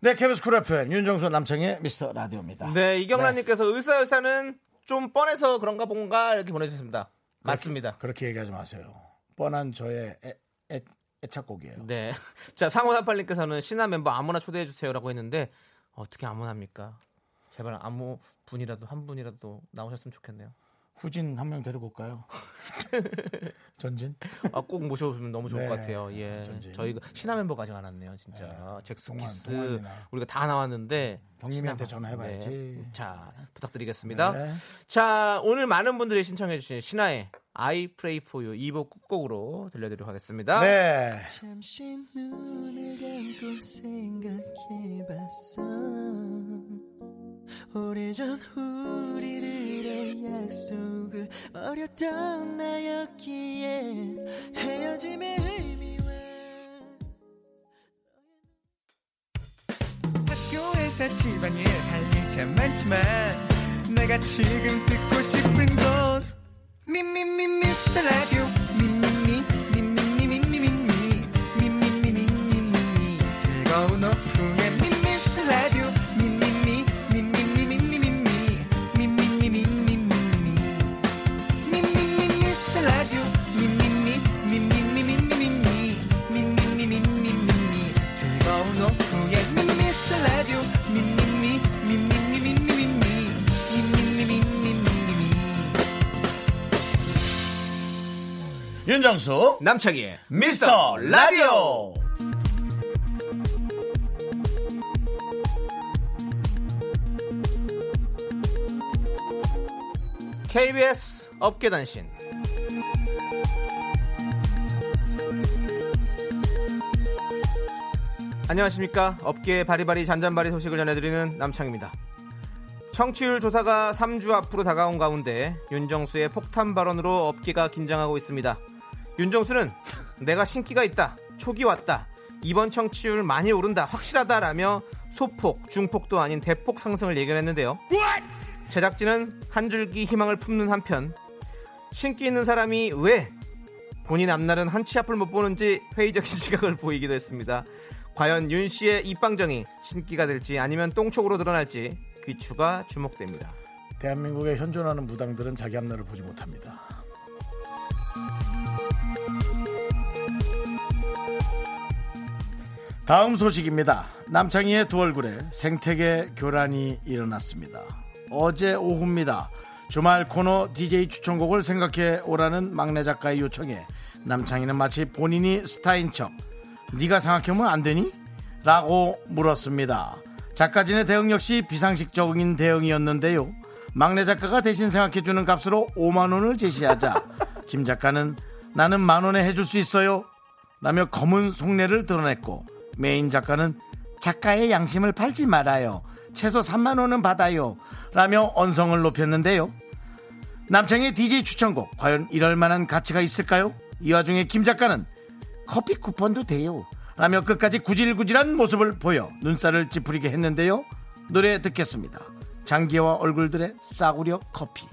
S2: 네, KBS 쿨 FM 윤정수 남창의 미스터 라디오입니다.
S3: 네, 이경란님께서 의사의사는 좀 뻔해서 그런가 본가 이렇게 보내주셨습니다. 맞습니다.
S2: 그렇게 얘기하지 마세요. 뻔한 저의 애, 애, 애착곡이에요.
S3: 네. 자, 상호사팔님께서는 신화 멤버 아무나 초대해주세요라고 했는데 어떻게 아무나입니까? 제발 아무 분이라도 한 분이라도 나오셨으면 좋겠네요.
S2: 후진 한 명 데리고 올까요? 전진?
S3: 아, 꼭 모셔오시면 너무 좋을
S2: 네,
S3: 것 같아요. 예.
S2: 어쩐지.
S3: 저희가 신화 멤버가 아직 안 왔네요, 진짜.
S2: 동안,
S3: 잭스키스
S2: 동안이나.
S3: 우리가 다 나왔는데
S2: 경림이한테
S3: 신화-
S2: 전화해봐야지.
S3: 네. 자, 부탁드리겠습니다.
S2: 네.
S3: 자, 오늘 많은 분들이 신청해 주신 신화의 I Pray For You 2부 끝곡으로 들려드리도록 하겠습니다.
S2: 네.
S6: 잠시 눈을 감고 생각해봤어 오래전 우리들의 약속을 어렸던 나였기에 헤어짐의 의미와 학교에서
S7: 회사 집안일 할 일 참 많지만 내가 지금 듣고 싶은 건 미미미 미스터 라디오 미미미 미미미 미미미 미미미 미미미 즐거운 오후에 미스터 라디오 미미미 미미미 미미미 미미미 미미미
S2: 윤정수
S3: 남창희의
S2: 미스터 라디오
S3: KBS 업계단신 안녕하십니까 업계의 바리바리 잔잔바리 소식을 전해드리는 남창입니다 청취율 조사가 3주 앞으로 다가온 가운데 윤정수의 폭탄 발언으로 업계가 긴장하고 있습니다 윤정수는 내가 신기가 있다 초기 왔다 이번 청취율 많이 오른다 확실하다라며 소폭 중폭도 아닌 대폭 상승을 예견했는데요 제작진은 한 줄기 희망을 품는 한편 신기 있는 사람이 왜 본인 앞날은 한치 앞을 못 보는지 회의적인 시각을 보이기도 했습니다. 과연 윤 씨의 입방정이 신기가 될지 아니면 똥촉으로 드러날지 귀추가 주목됩니다.
S2: 대한민국의 현존하는 무당들은 자기 앞날을 보지 못합니다 다음 소식입니다 남창희의 두 얼굴에 생태계 교란이 일어났습니다 어제 오후입니다 주말 코너 DJ 추천곡을 생각해 오라는 막내 작가의 요청에 남창희는 마치 본인이 스타인 척 네가 생각해보면 안 되니? 라고 물었습니다. 작가진의 대응 역시 비상식적인 대응이었는데요. 막내 작가가 대신 생각해주는 값으로 5만 원을 제시하자 김 작가는 나는 만 원에 해줄 수 있어요. 라며 검은 속내를 드러냈고 메인 작가는 작가의 양심을 팔지 말아요. 최소 3만 원은 받아요. 라며 언성을 높였는데요. 남창의 DJ 추천곡 과연 이럴 만한 가치가 있을까요? 이 와중에 김 작가는 커피 쿠폰도 돼요. 라며 끝까지 구질구질한 모습을 보여 눈살을 찌푸리게 했는데요. 노래 듣겠습니다. 장기와 얼굴들의 싸구려 커피.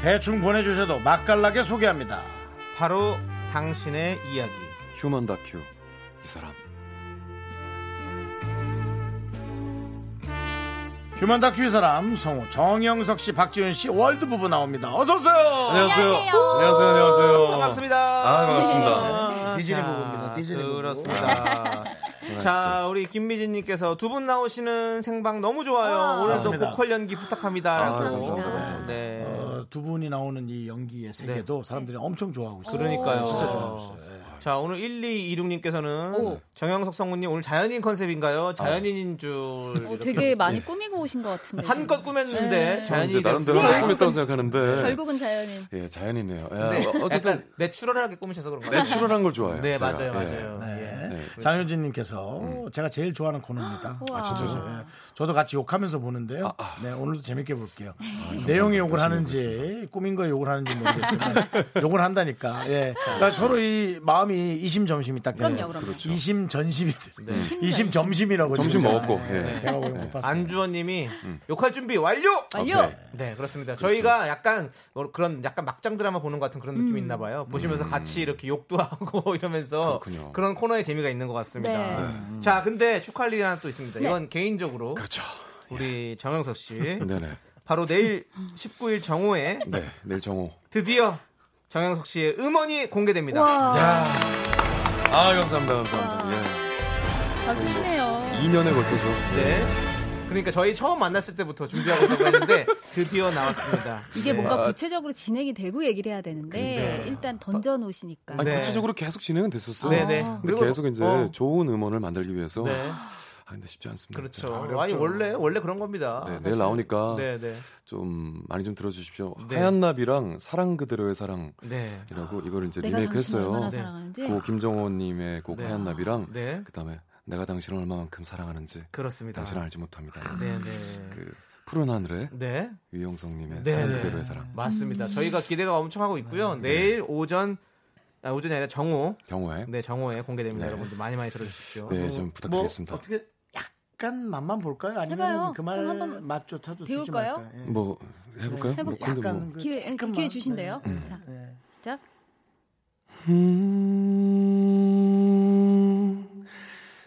S2: 대충 보내주셔도 맛깔나게 소개합니다. 네,
S3: 바로
S8: 어.
S3: 당신의 이야기.
S8: 휴먼 다큐 이 사람
S2: 휴먼 다큐 이 사람 성우 정영석 씨, 박지윤 씨 월드 부부 나옵니다. 어서 오세요.
S8: 안녕하세요 안녕하세요 안녕하세요
S3: 반갑습니다.
S8: 아 반갑습니다
S2: 디즈니
S3: 네. 자,
S2: 부부입니다. 디즈니 부부.
S3: 그렇습니다. 자, 우리 김미진님께서 두 분 나오시는 생방 너무 좋아요. 오늘도
S2: 맞습니다.
S3: 보컬 연기 부탁합니다.
S8: 아,
S3: 라고.
S8: 감사합니다,
S3: 네.
S2: 어, 두 분이 나오는 이 연기의 세계도
S8: 네.
S2: 사람들이 엄청 좋아하고 있어요.
S3: 그러니까요.
S2: 진짜 좋아하고 있어요. 예.
S3: 자 오늘 1226님께서는 정영석 성우님 오늘 자연인 컨셉인가요? 자연인인 줄
S9: 어,
S3: 이렇게
S9: 되게 네. 많이 꾸미고 오신 것 같은데.
S3: 한껏 꾸몄는데
S8: 이제
S3: 자연인이
S8: 나름대로
S3: 됐어요.
S8: 꾸몄다고 생각하는데
S9: 결국은 자연인.
S8: 예 자연이네요 야,
S3: 네,
S8: 어, 어쨌든
S3: 약간 내추럴하게 꾸미셔서 그런 거예요.
S8: 내추럴한 걸 좋아해요
S3: 네
S8: 제가.
S3: 맞아요
S8: 예.
S3: 맞아요.
S2: 네.
S8: 네.
S2: 장효진님께서 제가 제일 좋아하는 코너입니다.
S9: 우와. 아, 진짜요?
S2: 네. 저도 같이 욕하면서 보는데요. 네, 오늘도 재밌게 볼게요. 내용이 욕을 하는지 꾸민 거 욕을 하는지 모르겠지만 욕을 한다니까. 예. 그러니까 서로 이 마음이 이심점심이 딱 되네요.
S9: 그럼요, 그럼요. 그렇죠.
S2: 이심전심이 되네. 이심점심이라고
S8: 점심
S2: 지금.
S8: 먹었고, 예.
S2: 네. 배가 오늘 못 봤어요.
S3: 안주원님이 욕할 준비 완료.
S9: 완료.
S8: 오케이.
S3: 네 그렇습니다.
S8: 그렇죠.
S3: 저희가 약간 뭐 그런 약간 막장 드라마 보는 것 같은 그런
S9: 음.
S3: 느낌이 있나 봐요. 보시면서 같이 이렇게 욕도 하고 이러면서
S8: 음. 그렇군요.
S3: 런 코너의 재미가 있는 것 같습니다.
S9: 네.
S3: 자 근데 축하할 일이 하나 또 있습니다. 이건 개인적으로
S8: 그렇죠
S3: 우리 정영석 씨
S8: 네네
S3: 바로 내일 19일 정오에
S8: 네 내일 정오
S3: 드디어 정영석 씨의 음원이 공개됩니다.
S8: 아 감사합니다 감사합니다 예.
S9: 가수시네요.
S8: 2년에 걸쳐서
S3: 네. 그러니까 저희 처음 만났을 때부터 준비하고 있다고 했는데 드디어 나왔습니다.
S9: 이게
S3: 네.
S9: 뭔가 구체적으로 진행이 되고 얘기를 해야 되는데 네. 일단 던져 놓으시니까.
S8: 아니,
S3: 네.
S9: 아.
S8: 구체적으로 계속 진행은 됐었어요
S3: 네네.
S8: 근데
S3: 그리고-
S8: 계속 이제
S3: 어.
S8: 좋은 음원을 만들기 위해서
S3: 네.
S8: 아, 근데 쉽지 않습니다.
S3: 그렇죠.
S8: 진짜.
S3: 아니 원래 원래 그런 겁니다.
S8: 네, 내일 나오니까
S3: 네, 네,
S8: 좀 많이 좀 들어주십시오.
S3: 네.
S8: 하얀 나비랑 사랑 그대로의 사랑이라고
S3: 네,
S8: 이거를 이제
S9: 아, 내가 당신을 얼마나
S8: 리메이크했어요.
S3: 네.
S9: 사랑하는지
S8: 고 김정호님의 곡
S3: 네.
S8: 하얀 나비랑
S3: 네,
S8: 그다음에 내가 당신을 얼마만큼 사랑하는지
S3: 그렇습니다.
S9: 아.
S8: 당신은 알지 못합니다.
S3: 네, 네,
S8: 그 푸른 하늘의
S3: 네,
S8: 유영성님의
S3: 네,
S8: 사랑
S3: 네.
S8: 그대로의 사랑
S3: 맞습니다. 저희가 기대가 엄청 하고
S8: 네.
S3: 있고요. 내일 오전 아, 오전이 아니라 정오,
S8: 경호의
S3: 네, 정오에 공개됩니다.
S8: 네.
S3: 여러분들 많이 많이 들어주십시오.
S8: 네 좀 부탁드리겠습니다.
S2: 뭐 어떻게 약간 맛만 볼까요? 아니면
S9: 해봐요. 좀
S2: 그말
S9: 한번
S2: 맛조 타도 예.
S9: 데울까요?
S8: 뭐 해볼까요?
S9: 네. 해볼-
S8: 뭐 근데 뭐
S2: 그
S9: 기회 예,
S2: 잠깐만.
S9: 기회 주신대요.
S2: 네.
S9: 자,
S2: 네.
S9: 시작.
S8: 음,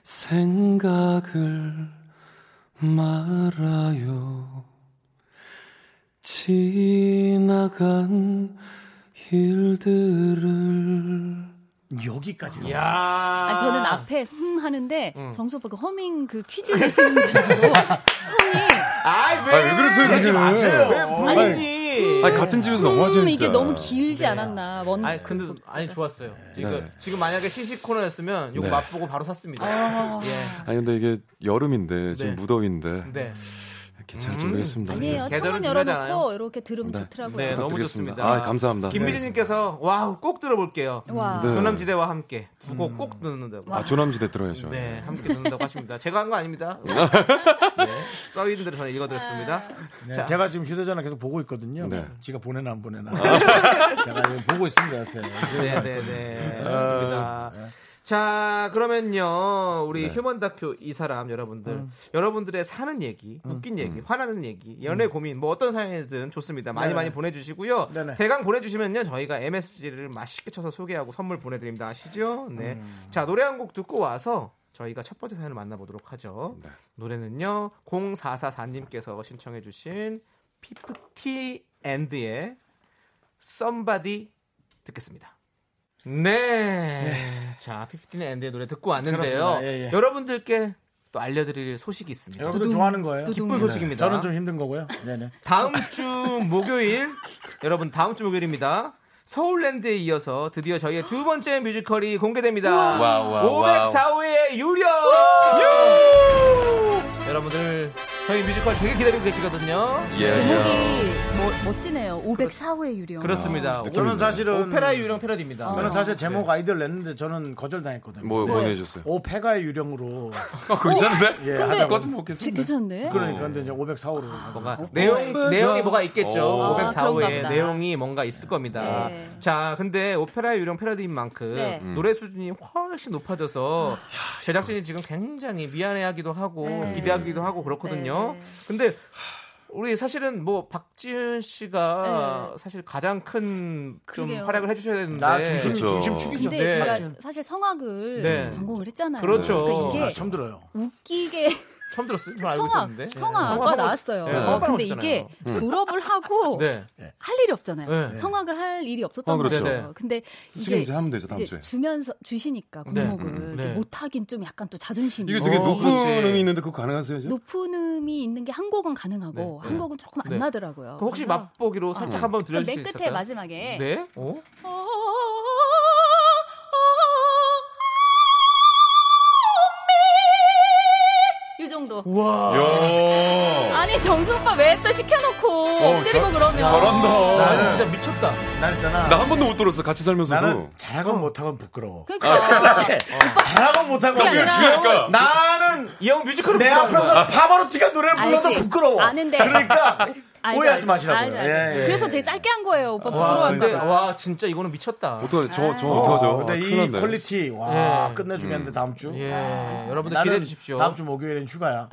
S8: 생각을 말아요. 지나간 일들을
S2: 네. 여기까지 넣었어요.
S3: 야,
S9: 아, 저는 앞에 흠 하는데 정수 오빠가 허밍 그 퀴즈 내시는 줄 알고 형이
S3: 아이 왜,
S8: 아, 왜 그랬어요,
S3: 그러지
S8: 지금?
S3: 마세요. 왜
S8: 아니,
S3: 본인이?
S8: 아니 같은 집에서
S3: 뭐
S8: 너무
S9: 흠
S8: 하시는
S9: 음, 이게 너무 길지 않았나. 먼
S3: 네. 아니 그 근데 아니 좋았어요. 지금
S8: 네.
S3: 지금 만약에 시식 코너였으면 이거
S8: 네.
S3: 맛보고 바로 샀습니다. 예.
S8: 아니 근데 이게 여름인데 지금
S3: 네.
S8: 무더위인데
S3: 네.
S8: 괜찮을 줄 모르겠습니다.
S9: 음, 아니에요.
S3: 계절은
S9: 창문
S3: 중요하잖아요.
S9: 열어놓고 이렇게 들으면
S8: 네.
S9: 좋더라고요.
S3: 그 네, 너무
S8: 부탁드리겠습니다.
S3: 좋습니다.
S8: 아, 감사합니다.
S3: 김미진님께서 와우 꼭 들어볼게요.
S9: 와.
S8: 네.
S3: 조남지대와 함께 두 곡 꼭 듣는다고.
S8: 아 조남지대 들어야죠.
S3: 네, 함께 듣는다고 하십니다. 제가 한 거 아닙니다. 네, 써있는 대로 저는 읽어드렸습니다.
S2: 네,
S3: 자.
S2: 제가 지금 휴대전화 계속 보고 있거든요.
S8: 네. 아.
S2: 지가 보내나 안 보내나. 제가 지금 보고 있습니다. 옆에.
S3: 네, 네, 네.
S2: 아,
S3: 좋습니다. 자, 그러면요. 우리
S2: 네.
S3: 휴먼 다큐 이 사람 여러분들.
S2: 음.
S3: 여러분들의 사는 얘기, 웃긴 얘기, 화나는 얘기, 연애 고민, 뭐 어떤 사연이든 좋습니다. 많이
S2: 음. 네네.
S3: 많이 보내주시고요.
S2: 네네.
S3: 대강 보내주시면요. 저희가 MSG를 맛있게 쳐서 소개하고 선물 보내드립니다. 아시죠? 네.
S2: 음.
S3: 자, 노래 한 곡 듣고 와서 저희가 첫 번째 사연을 만나보도록 하죠.
S2: 네.
S3: 노래는요. 0444님께서 신청해주신 피프티 앤드의 Somebody 듣겠습니다. 네. 자, 피프틴의 앤드의 노래 듣고 왔는데요.
S2: 그렇습니다. 예, 예.
S3: 여러분들께 또 알려드릴 소식이 있습니다.
S2: 여러분들 좋아하는 거예요? 네.
S3: 기쁜 소식입니다.
S2: 저는 좀 힘든 거고요. 네네.
S3: 다음 주 목요일, 여러분 다음 주 목요일입니다. 서울랜드에 이어서 드디어 저희의 두 번째 뮤지컬이 공개됩니다.
S8: 와우, 와우, 와우.
S3: 504호의 유령! 여러분들, 저희 뮤지컬 되게 기다리고 계시거든요.
S2: 아,
S8: 예.
S9: 제목이 뭐, 멋지네요. 504호의 유령.
S3: 그렇습니다. 오-
S2: 저는 사실은
S3: 오페라의 유령 패러디입니다.
S2: 저는 사실 제목 아이디어를 냈는데 저는 거절당했거든요.
S8: 네. 뭐 보내주셨어요?
S2: 오페가의 유령으로
S8: 괜찮은데?
S2: 예,
S9: 근데-
S2: 하자고.
S8: 꺼좀 먹겠습니다.
S9: 되게 괜찮은데?
S3: 그렇죠.
S8: 어.
S2: 그러니까 근데 이제 504호로.
S3: 뭔가
S9: 어?
S3: 내용 내용이 뭐가 있겠죠.
S8: 오.
S3: 504호에
S9: 그런가 보다.
S3: 내용이 뭔가 있을 겁니다.
S9: 네.
S3: 자, 근데 오페라의 유령 패러디인 만큼
S9: 네.
S2: 음.
S3: 노래 수준이 훨씬 높아져서 제작진이 지금 굉장히 미안해하기도 하고
S9: 네.
S3: 기대하기도 하고 그렇거든요.
S9: 네.
S3: 근데 우리 사실은 뭐 박지은 씨가 사실 가장 큰 좀
S9: 네. 그러게요.
S3: 활약을 해주셔야 되는데
S2: 나 중심
S8: 그렇죠.
S2: 중심 축이죠.
S9: 근데
S3: 네.
S9: 제가
S2: 박지훈.
S9: 사실 성악을
S3: 네.
S9: 전공을 했잖아요.
S3: 그렇죠.
S9: 그러니까 이게
S2: 아, 처음 들어요.
S9: 웃기게
S3: 처음 들었어요? 저는 알고
S9: 성악,
S3: 있었는데
S9: 성악과
S3: 성악-
S9: 나왔어요.
S3: 네,
S9: 어,
S3: 성악과는
S9: 근데 이게
S8: 없잖아요.
S9: 졸업을 하고
S3: 네.
S9: 할 일이 없잖아요.
S3: 네.
S9: 성악을 할 일이 없었던
S8: 어, 그렇죠.
S9: 거예요. 근데
S8: 지금
S9: 이게
S8: 이제 하면 되죠 다음
S9: 이제
S8: 주에.
S9: 주면서 주시니까
S3: 네.
S9: 공목을
S3: 음, 네.
S9: 못하긴 좀 약간 또 자존심이
S8: 이게 되게
S3: 어,
S8: 높은
S3: 그렇지.
S8: 음이 있는데 그거 가능하세요? 이제?
S9: 높은 음이 있는 게 한 곡은 가능하고
S3: 네.
S9: 한 곡은 조금 안
S3: 네.
S9: 나더라고요.
S3: 그럼 혹시
S9: 그래서
S3: 맛보기로 살짝 한번
S9: 아. 음. 그럼
S3: 들려줄 수
S9: 맨
S3: 있을까요?
S9: 끝에 마지막에
S3: 네. 어?
S9: 이 정도.
S3: 우와.
S8: 야.
S9: 아니 정수 오빠 왜 또 시켜놓고 엎드리고
S8: 저-
S9: 그러면
S2: 어,
S8: 잘한다.
S2: 네.
S3: 나는 진짜 미쳤다.
S2: 난 있잖아.
S8: 나 한 번도 못 들었어. 같이 살면서도.
S2: 나는
S3: 어.
S2: 잘하건 못하건 부끄러워.
S9: 그러니까
S2: 잘하고 못하고
S9: 그게 아니라-
S8: 그러니까.
S2: 나는
S3: 이 형 뮤지컬을
S2: 내
S3: 본다는 거야.
S2: 앞에서 파바로티가 노래를 불러도
S9: 알지.
S2: 부끄러워.
S9: 아는데.
S2: 그러니까
S9: 알죠,
S2: 오해하지
S9: 알죠.
S2: 마시라고요.
S9: 알죠, 알죠.
S2: 예, 예.
S9: 그래서 제일 짧게 한 거예요 오빠
S2: 아,
S3: 와, 아, 근데
S9: 부끄러워할까 봐.
S3: 와 진짜 이거는 미쳤다.
S8: 어떡하죠? 저, 저
S2: 어,
S8: 어떡하죠?
S2: 근데
S8: 아, 큰일
S2: 이
S8: 났네.
S2: 퀄리티 와
S3: 예.
S2: 끝내주겠는데 다음 주.
S3: 예, 여러분들
S2: 아, 나는
S3: 기대해 주십시오.
S2: 다음 주 목요일엔 휴가야.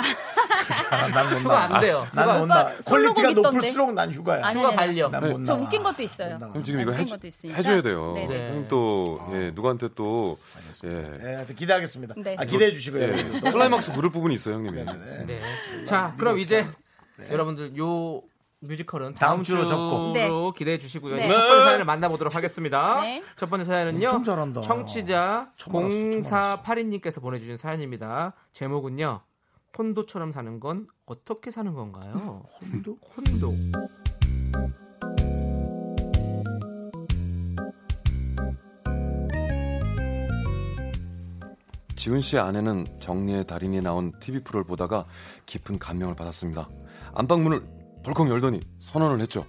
S2: 난
S3: 휴가 안 돼요. 휴가
S2: 난
S3: 안-
S2: 못 아, 나.
S9: 오빠 솔로곡
S2: 퀄리티가
S9: 있던데.
S2: 높을수록 난 휴가야.
S9: 아니,
S3: 휴가
S9: 네.
S3: 발려.
S2: 난 못
S9: 저
S2: 나와.
S9: 웃긴 것도 있어요.
S2: 못 나와.
S8: 그럼 지금 이거
S9: 웃긴
S8: 해주,
S9: 것도 있으니까.
S8: 해줘야 돼요.
S9: 네, 네.
S8: 형 또,
S2: 아.
S8: 예, 누구한테 또,
S2: 예,
S8: 예.
S2: 하여튼 기대하겠습니다.
S9: 네.
S2: 아, 기대해 주시고요.
S8: 예.
S2: 여러분들도.
S8: 클라이막스 부를 부분이 있어요, 형님이.
S3: 네. 자, 그럼 이제 여러분들 요 뮤지컬은 다음
S2: 네. 다음 주로
S3: 주로
S2: 접고.
S9: 네.
S3: 기대해 주시고요.
S9: 네.
S3: 첫 번째 사연을 만나보도록 하겠습니다.
S9: 네.
S3: 첫 번째 사연은요.
S2: 엄청 잘한다.
S3: 청취자
S2: 처음 알았어, 처음
S3: 0482님께서 보내주신 사연입니다. 제목은요. 콘도처럼 사는 건 어떻게 사는 건가요? 콘도? 콘도.
S8: 지훈 씨 아내는 정리의 달인이 나온 TV 프로를 보다가 깊은 감명을 받았습니다. 안방문을 벌컥 열더니 선언을 했죠.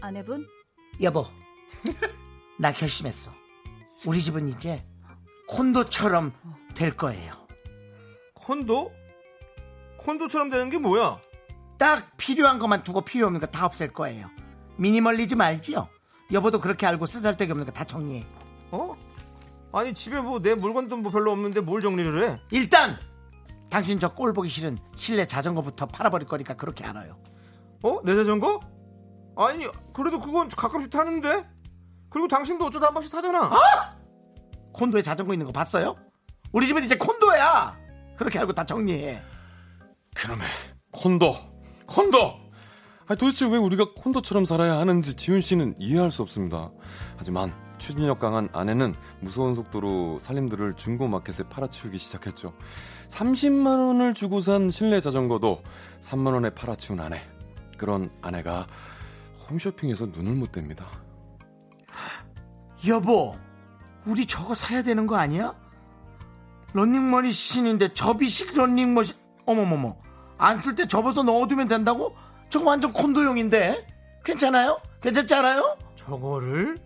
S9: 아내분?
S2: 여보, 나 결심했어. 우리 집은 이제 콘도처럼 될 거예요.
S3: 콘도? 콘도처럼 되는 게 뭐야?
S2: 딱 필요한 것만 두고 필요 없는 거 다 없앨 거예요. 미니멀리즘 알지요? 여보도 그렇게 알고 쓰잘데기 없는 거 다 정리해.
S3: 어? 아니 집에 뭐 내 물건도 뭐 별로 없는데 뭘 정리를 해?
S2: 일단 당신 저 꼴 보기 싫은 실내 자전거부터 팔아버릴 거니까 그렇게 알아요.
S3: 어? 내 자전거? 아니 그래도 그건 가끔씩 타는데? 그리고 당신도 어쩌다 한 번씩 타잖아
S2: 콘도에 자전거 있는 거 봤어요? 우리 집은 이제 콘도야. 그렇게 알고 다 정리해.
S8: 그놈의 콘도, 콘도. 아니, 도대체 왜 우리가 콘도처럼 살아야 하는지 지훈 씨는 이해할 수 없습니다. 하지만 추진력 강한 아내는 무서운 속도로 살림들을 중고 마켓에 팔아치우기 시작했죠. 30만 원을 주고 산 실내 자전거도 3만 원에 팔아치운 아내. 그런 아내가 홈쇼핑에서 눈을 못 뗍니다.
S2: 여보, 우리 저거 사야 되는 거 아니야? 런닝머니 신인데 접이식 런닝머신. 어머머머. 안 쓸 때 접어서 넣어두면 된다고? 저거 완전 콘도용인데. 괜찮아요? 괜찮지 않아요?
S3: 저거를?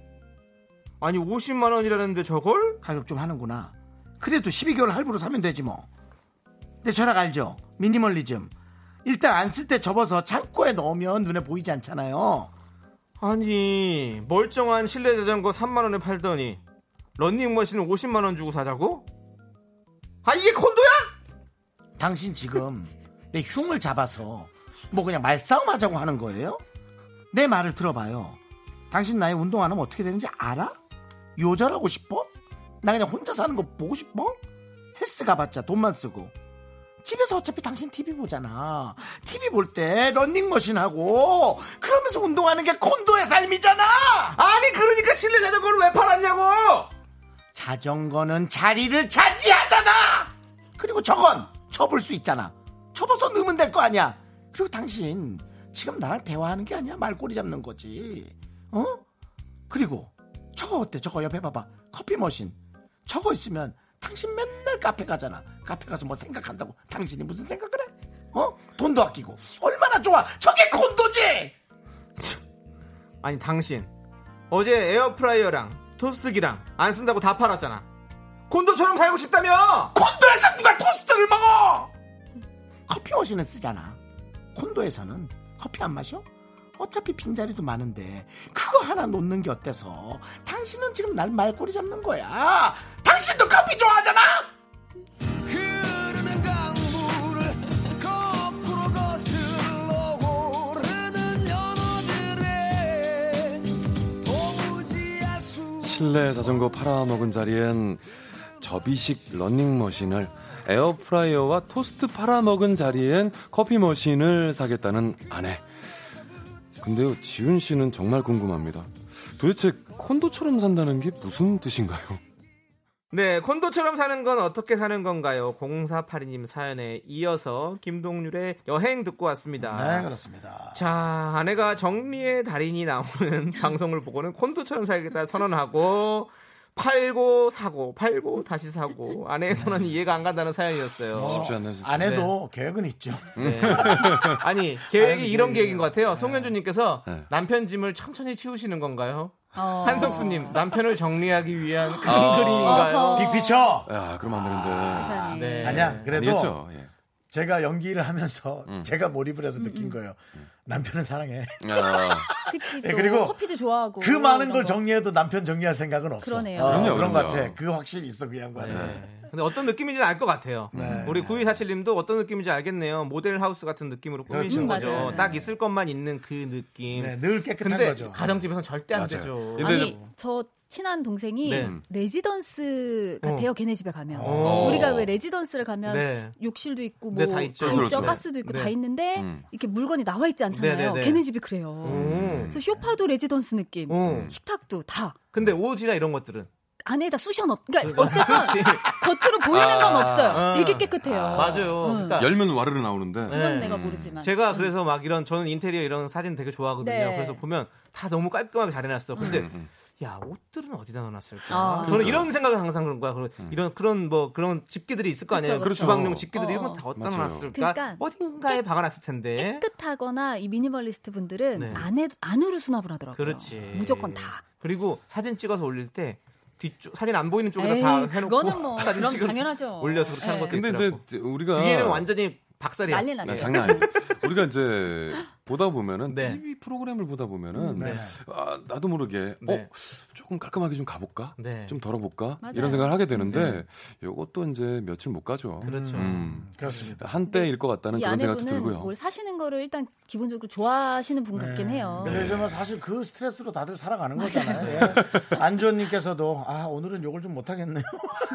S3: 아니 50만 원이라는데 저걸?
S2: 가격 좀 하는구나. 그래도 12개월 할부로 사면 되지 뭐. 근데 전학 알죠? 미니멀리즘. 일단 안 쓸 때 접어서 창고에 넣으면 눈에 보이지 않잖아요.
S3: 아니 멀쩡한 실내 자전거 3만 원에 팔더니 런닝머신은 50만 원 주고 사자고? 아 이게 콘도야?
S2: 당신 지금 내 흉을 잡아서 뭐 그냥 말싸움 하자고 하는 거예요? 내 말을 들어봐요. 당신 나이 운동 안 하면 어떻게 되는지 알아? 요절하고 싶어? 나 그냥 혼자 사는 거 보고 싶어? 헬스 가봤자 돈만 쓰고. 집에서 어차피 당신 TV 보잖아. TV 볼 때 런닝머신 하고 그러면서 운동하는 게 콘도의 삶이잖아. 아니 그러니까 실내 자전거를 왜 팔았냐고. 자전거는 자리를 차지하잖아. 그리고 저건 접을 수 있잖아. 접어서 넣으면 될 거 아니야. 그리고 당신 지금 나랑 대화하는 게 아니야. 말꼬리 잡는 거지. 어? 그리고 저거 어때? 저거 옆에 봐봐. 커피 머신. 저거 있으면 당신 맨날 카페 가잖아. 카페 가서 뭐 생각한다고. 당신이 무슨 생각을 해? 어? 돈도 아끼고. 얼마나 좋아. 저게 콘도지!
S3: 아니 당신 어제 에어프라이어랑 토스트기랑 안 쓴다고 다 팔았잖아 콘도처럼 살고 싶다며
S2: 콘도에서 누가 토스트를 먹어? 커피 머신은 쓰잖아. 콘도에서는 커피 안 마셔? 어차피 빈자리도 많은데 그거 하나 놓는 게 어때서? 당신은 지금 날 말꼬리 잡는 거야. 당신도 커피 좋아하잖아.
S6: 흐르는 강물을 거꾸로 거슬러 오르는 연어들의 도무지 알수
S8: 실내 자전거 팔아먹은 자리엔 접이식 러닝머신을 에어프라이어와 토스트 팔아먹은 자리엔 커피머신을 사겠다는 아내 근데요 지훈 씨는 정말 궁금합니다 도대체 콘도처럼 산다는 게 무슨 뜻인가요?
S3: 네, 콘도처럼 사는 건 어떻게 사는 건가요? 0482님 사연에 이어서 김동률의 여행 듣고
S8: 아,
S3: 왔습니다.
S2: 네, 그렇습니다.
S3: 자, 아내가 정리의 달인이 나오는 방송을 보고는 콘도처럼 살겠다 선언하고 팔고 사고 팔고 다시 사고 아내의 선언이 이해가 안 간다는 네. 사연이었어요.
S8: 쉽지 않네 진짜
S2: 안 해도 계획은 있죠.
S3: 네. 아니 계획이 이런 계획인 것 같아요. 송현주님께서
S8: 네.
S3: 남편 짐을 천천히 치우시는 건가요?
S9: 어.
S3: 한석수님 남편을 정리하기 위한 큰
S8: 아.
S3: 그림인가요?
S9: 어허.
S2: 빅피처.
S8: 야 아, 그럼 안 되는데
S9: 세상에.
S3: 네.
S2: 아니야. 그래도
S8: 아니겠죠 음. 예.
S2: 제가 연기를 하면서 제가 몰입을
S9: 음,
S2: 해서 느낀 거예요. 남편은 사랑해.
S8: 야,
S9: 그치.
S2: 예,
S9: 또
S2: 그리고
S9: 커피도 좋아하고.
S2: 그 많은
S9: 이런
S2: 걸
S9: 뭐 거.
S2: 정리해도 남편 정리할 생각은 없어.
S9: 그러네요.
S2: 어,
S8: 그럼요,
S2: 그런
S8: 그럼요.
S2: 것 같아. 그 확실히 있어 그 양반은.
S3: 네. 근데 어떤 느낌인지 알 것 같아요. 우리 9247님도 어떤 느낌인지 알겠네요. 모델 하우스 같은 느낌으로 꾸미신
S9: 그렇죠. 음,
S3: 거죠.
S9: 맞아요.
S3: 딱 있을 것만 있는 그 느낌.
S2: 네, 늘 깨끗한
S3: 근데
S2: 거죠.
S3: 가정집에선 절대 안
S8: 맞아요.
S3: 되죠.
S8: 근데
S9: 아니 저 친한 동생이
S3: 네.
S9: 레지던스 같아요.
S3: 어.
S9: 걔네 집에 가면.
S3: 어.
S9: 우리가 왜 레지던스를 가면
S3: 네.
S9: 욕실도 있고
S3: 네,
S9: 뭐다
S3: 다 있죠.
S8: 그렇죠.
S9: 가스도 있고
S3: 네.
S9: 다 있는데
S8: 음.
S9: 이렇게 물건이 나와 있지 않잖아요.
S3: 네, 네, 네.
S9: 걔네 집이 그래요.
S3: 음.
S9: 그래서 쇼파도 레지던스 느낌,
S3: 음.
S9: 식탁도 다
S3: 근데 옷이나 이런 것들은
S9: 안에다 쑤셔 넣. 그러니까 어쨌든 겉으로 보이는 건
S8: 아,
S9: 없어요.
S3: 아.
S9: 되게 깨끗해요.
S3: 맞아요. 그러니까
S8: 음. 열면 와르르 나오는데
S9: 그건
S3: 네.
S9: 내가 모르지만.
S3: 제가 그래서 막 이런 저는 인테리어 이런 사진 되게 좋아하거든요.
S9: 네.
S8: 음,
S3: 그래서 보면 다 너무 깔끔하게 잘 해놨어. 근데 야 옷들은 어디다 넣어놨을까?
S9: 아.
S3: 저는 이런 생각을 항상 그런 거야. 그런
S8: 음.
S3: 이런 그런 뭐 그런 집기들이 있을 거 아니에요.
S9: 그렇죠, 그렇죠.
S3: 주방용 집기들이 이런
S9: 어.
S3: 거다 어디다
S8: 맞아요.
S3: 넣어놨을까?
S9: 그러니까
S3: 어딘가에 박아놨을 텐데.
S9: 깨끗하거나 이 미니멀리스트 분들은
S3: 네.
S9: 안에 안으로 수납을 하더라고요.
S3: 그렇지.
S9: 아, 무조건 다.
S3: 그리고 사진 찍어서 올릴 때 뒤쪽 사진 안 보이는 쪽에다
S9: 에이,
S3: 다 해놓고
S9: 그거는 뭐
S3: 사진
S9: 그럼
S3: 찍은-
S9: 당연하죠.
S3: 올려서 그렇게 한
S9: 예.
S3: 것도
S8: 근데
S3: 있더라고.
S8: 이제 이제 우리가
S3: 뒤에는 완전히 박살이야.
S9: 난리 났네.
S8: 아, 장난 아니에요. 우리가 이제 보다 보면은
S3: 네. 음,
S8: TV 프로그램을 보다 보면은
S2: 네.
S8: 아, 나도 모르게
S3: 네.
S8: 어 조금 깔끔하게 좀 가볼까,
S3: 네.
S8: 좀 덜어볼까
S9: 맞아요.
S8: 이런 생각을 하게 되는데 이것도 이제 며칠 못 가죠.
S3: 그렇죠.
S8: 음,
S2: 그렇습니다.
S8: 한때일 것 같다는
S9: 이
S8: 그런 생각도
S9: 아내분은
S8: 들고요.
S9: 뭘 사시는 거를 일단 기본적으로 좋아하시는 분 같긴
S3: 네. 어.
S9: 해요.
S2: 근데 정말 사실 그 스트레스로 다들 살아가는 거잖아요. 예. 안주원님께서도 아 오늘은 욕을 좀 못하겠네요.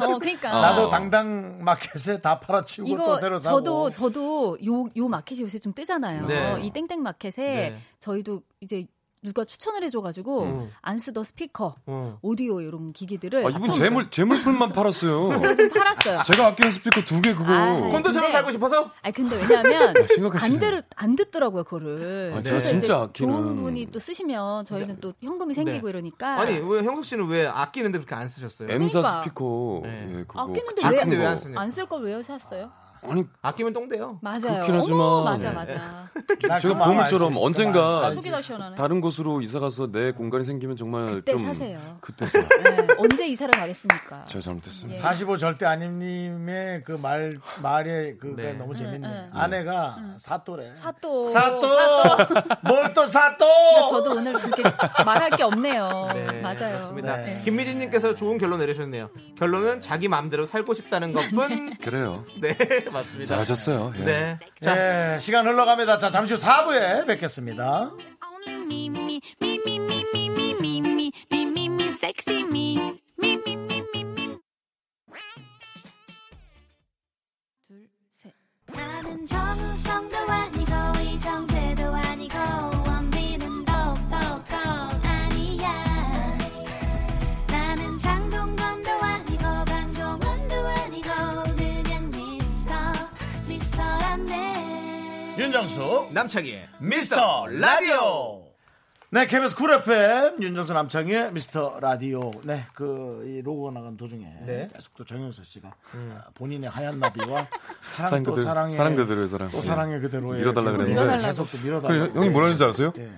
S9: 어, 그러니까
S8: 아.
S2: 나도 당당 마켓에 다 팔아치우고
S9: 이거
S2: 또 새로 사고.
S9: 저도 저도 요 요 마켓이 요새 좀 뜨잖아요.
S3: 네.
S9: 이 땡땡 마켓에
S3: 네.
S9: 저희도 이제 누가 추천을 해줘가지고
S3: 음.
S9: 안 쓰던 스피커,
S3: 어.
S9: 오디오 이런 기기들을
S8: 아, 이분
S9: 좀-
S8: 재물 재물품만 팔았어요.
S9: 좀 팔았어요.
S8: 제가 아끼는 스피커 두 개 그거.
S9: 아,
S8: 아,
S3: 콘도처럼
S9: 근데-
S3: 살고 싶어서
S9: 아 근데 왜냐하면
S8: 심각하시네.
S9: 안, 들, 안 듣더라고요 그거를.
S8: 아, 제가
S9: 그래서
S8: 진짜
S9: 이제
S8: 아끼는-
S9: 좋은 분이 또 쓰시면 저희는 또 현금이 생기고
S3: 네.
S9: 이러니까.
S3: 아니 왜 형석 씨는 왜 아끼는데 그렇게 안 쓰셨어요?
S8: M사
S9: 그러니까.
S8: 스피커.
S3: 네.
S8: 예, 그거.
S9: 아끼는데
S8: 작은
S9: 왜-
S3: 아끼는데
S8: 거.
S3: 왜안 쓰냐?
S9: 안 쓸 걸 왜 샀어요?
S8: 아니
S3: 아끼면 똥돼요.
S9: 맞아요.
S8: 그렇긴 하지만- 네.
S9: 어머, 맞아 맞아.
S2: 나
S8: 제가
S2: 그 마음
S8: 보물처럼
S2: 알지.
S8: 언젠가
S2: 알지.
S9: 아, 속이 다 시원하네.
S8: 다른 곳으로 이사 가서 내 공간이 생기면 정말
S9: 그때
S8: 좀
S9: 사세요.
S8: 그때 사.
S9: 네, 언제 이사를 가겠습니까?
S8: 제가 잘못했습니다.
S2: 45 절대 아님님의 그 말 말에 그게
S3: 네.
S2: 너무
S9: 응,
S2: 재밌네.
S9: 응.
S2: 아내가 사또래.
S9: 사또.
S2: 사또. 뭘 또 사또?
S9: 그러니까 저도 오늘 그렇게 말할 게 없네요.
S3: 네,
S9: 맞아요.
S3: 그렇습니다.
S2: 네.
S3: 김미진님께서 좋은 결론 내리셨네요. 결론은 자기 마음대로 살고 싶다는 것뿐.
S9: 예.
S8: 그래요.
S3: 네, 맞습니다.
S8: 잘하셨어요. 예.
S3: 네. 자,
S2: 예, 시간 흘러갑니다. 자, 잠시 후 4부에 뵙겠습니다.
S5: Only me, me, me, me, me, me, me, me, me, me, me, me, sexy me. Me, me, me, me, me. 나는 정우성도 아니고, 이정재도 아니고, 원빈은 더욱더 아니야. 나는 장동건도 아니고, 강동원도 아니고, 그냥 미스터, 미스터란데.
S2: 윤정수
S3: 남창희의
S2: 미스터 라디오. 네, KBS 쿨 FM 윤정수 남창희의 미스터 라디오. 네, 그이 로고 나간 도중에
S3: 네.
S2: 계속 또 정영석 씨가 아, 본인의 하얀 나비와 사랑
S8: 사랑
S2: 또
S8: 그대로,
S2: 사랑의
S8: 사랑 그대로의 사랑.
S2: 또
S8: 예.
S2: 사랑의 그대로의
S8: 밀어달라
S2: 지금
S8: 그랬는데.
S9: 밀어달라고.
S2: 계속 또 밀어달라.
S8: 그 형이 뭐라 하는지 아세요?
S2: 예.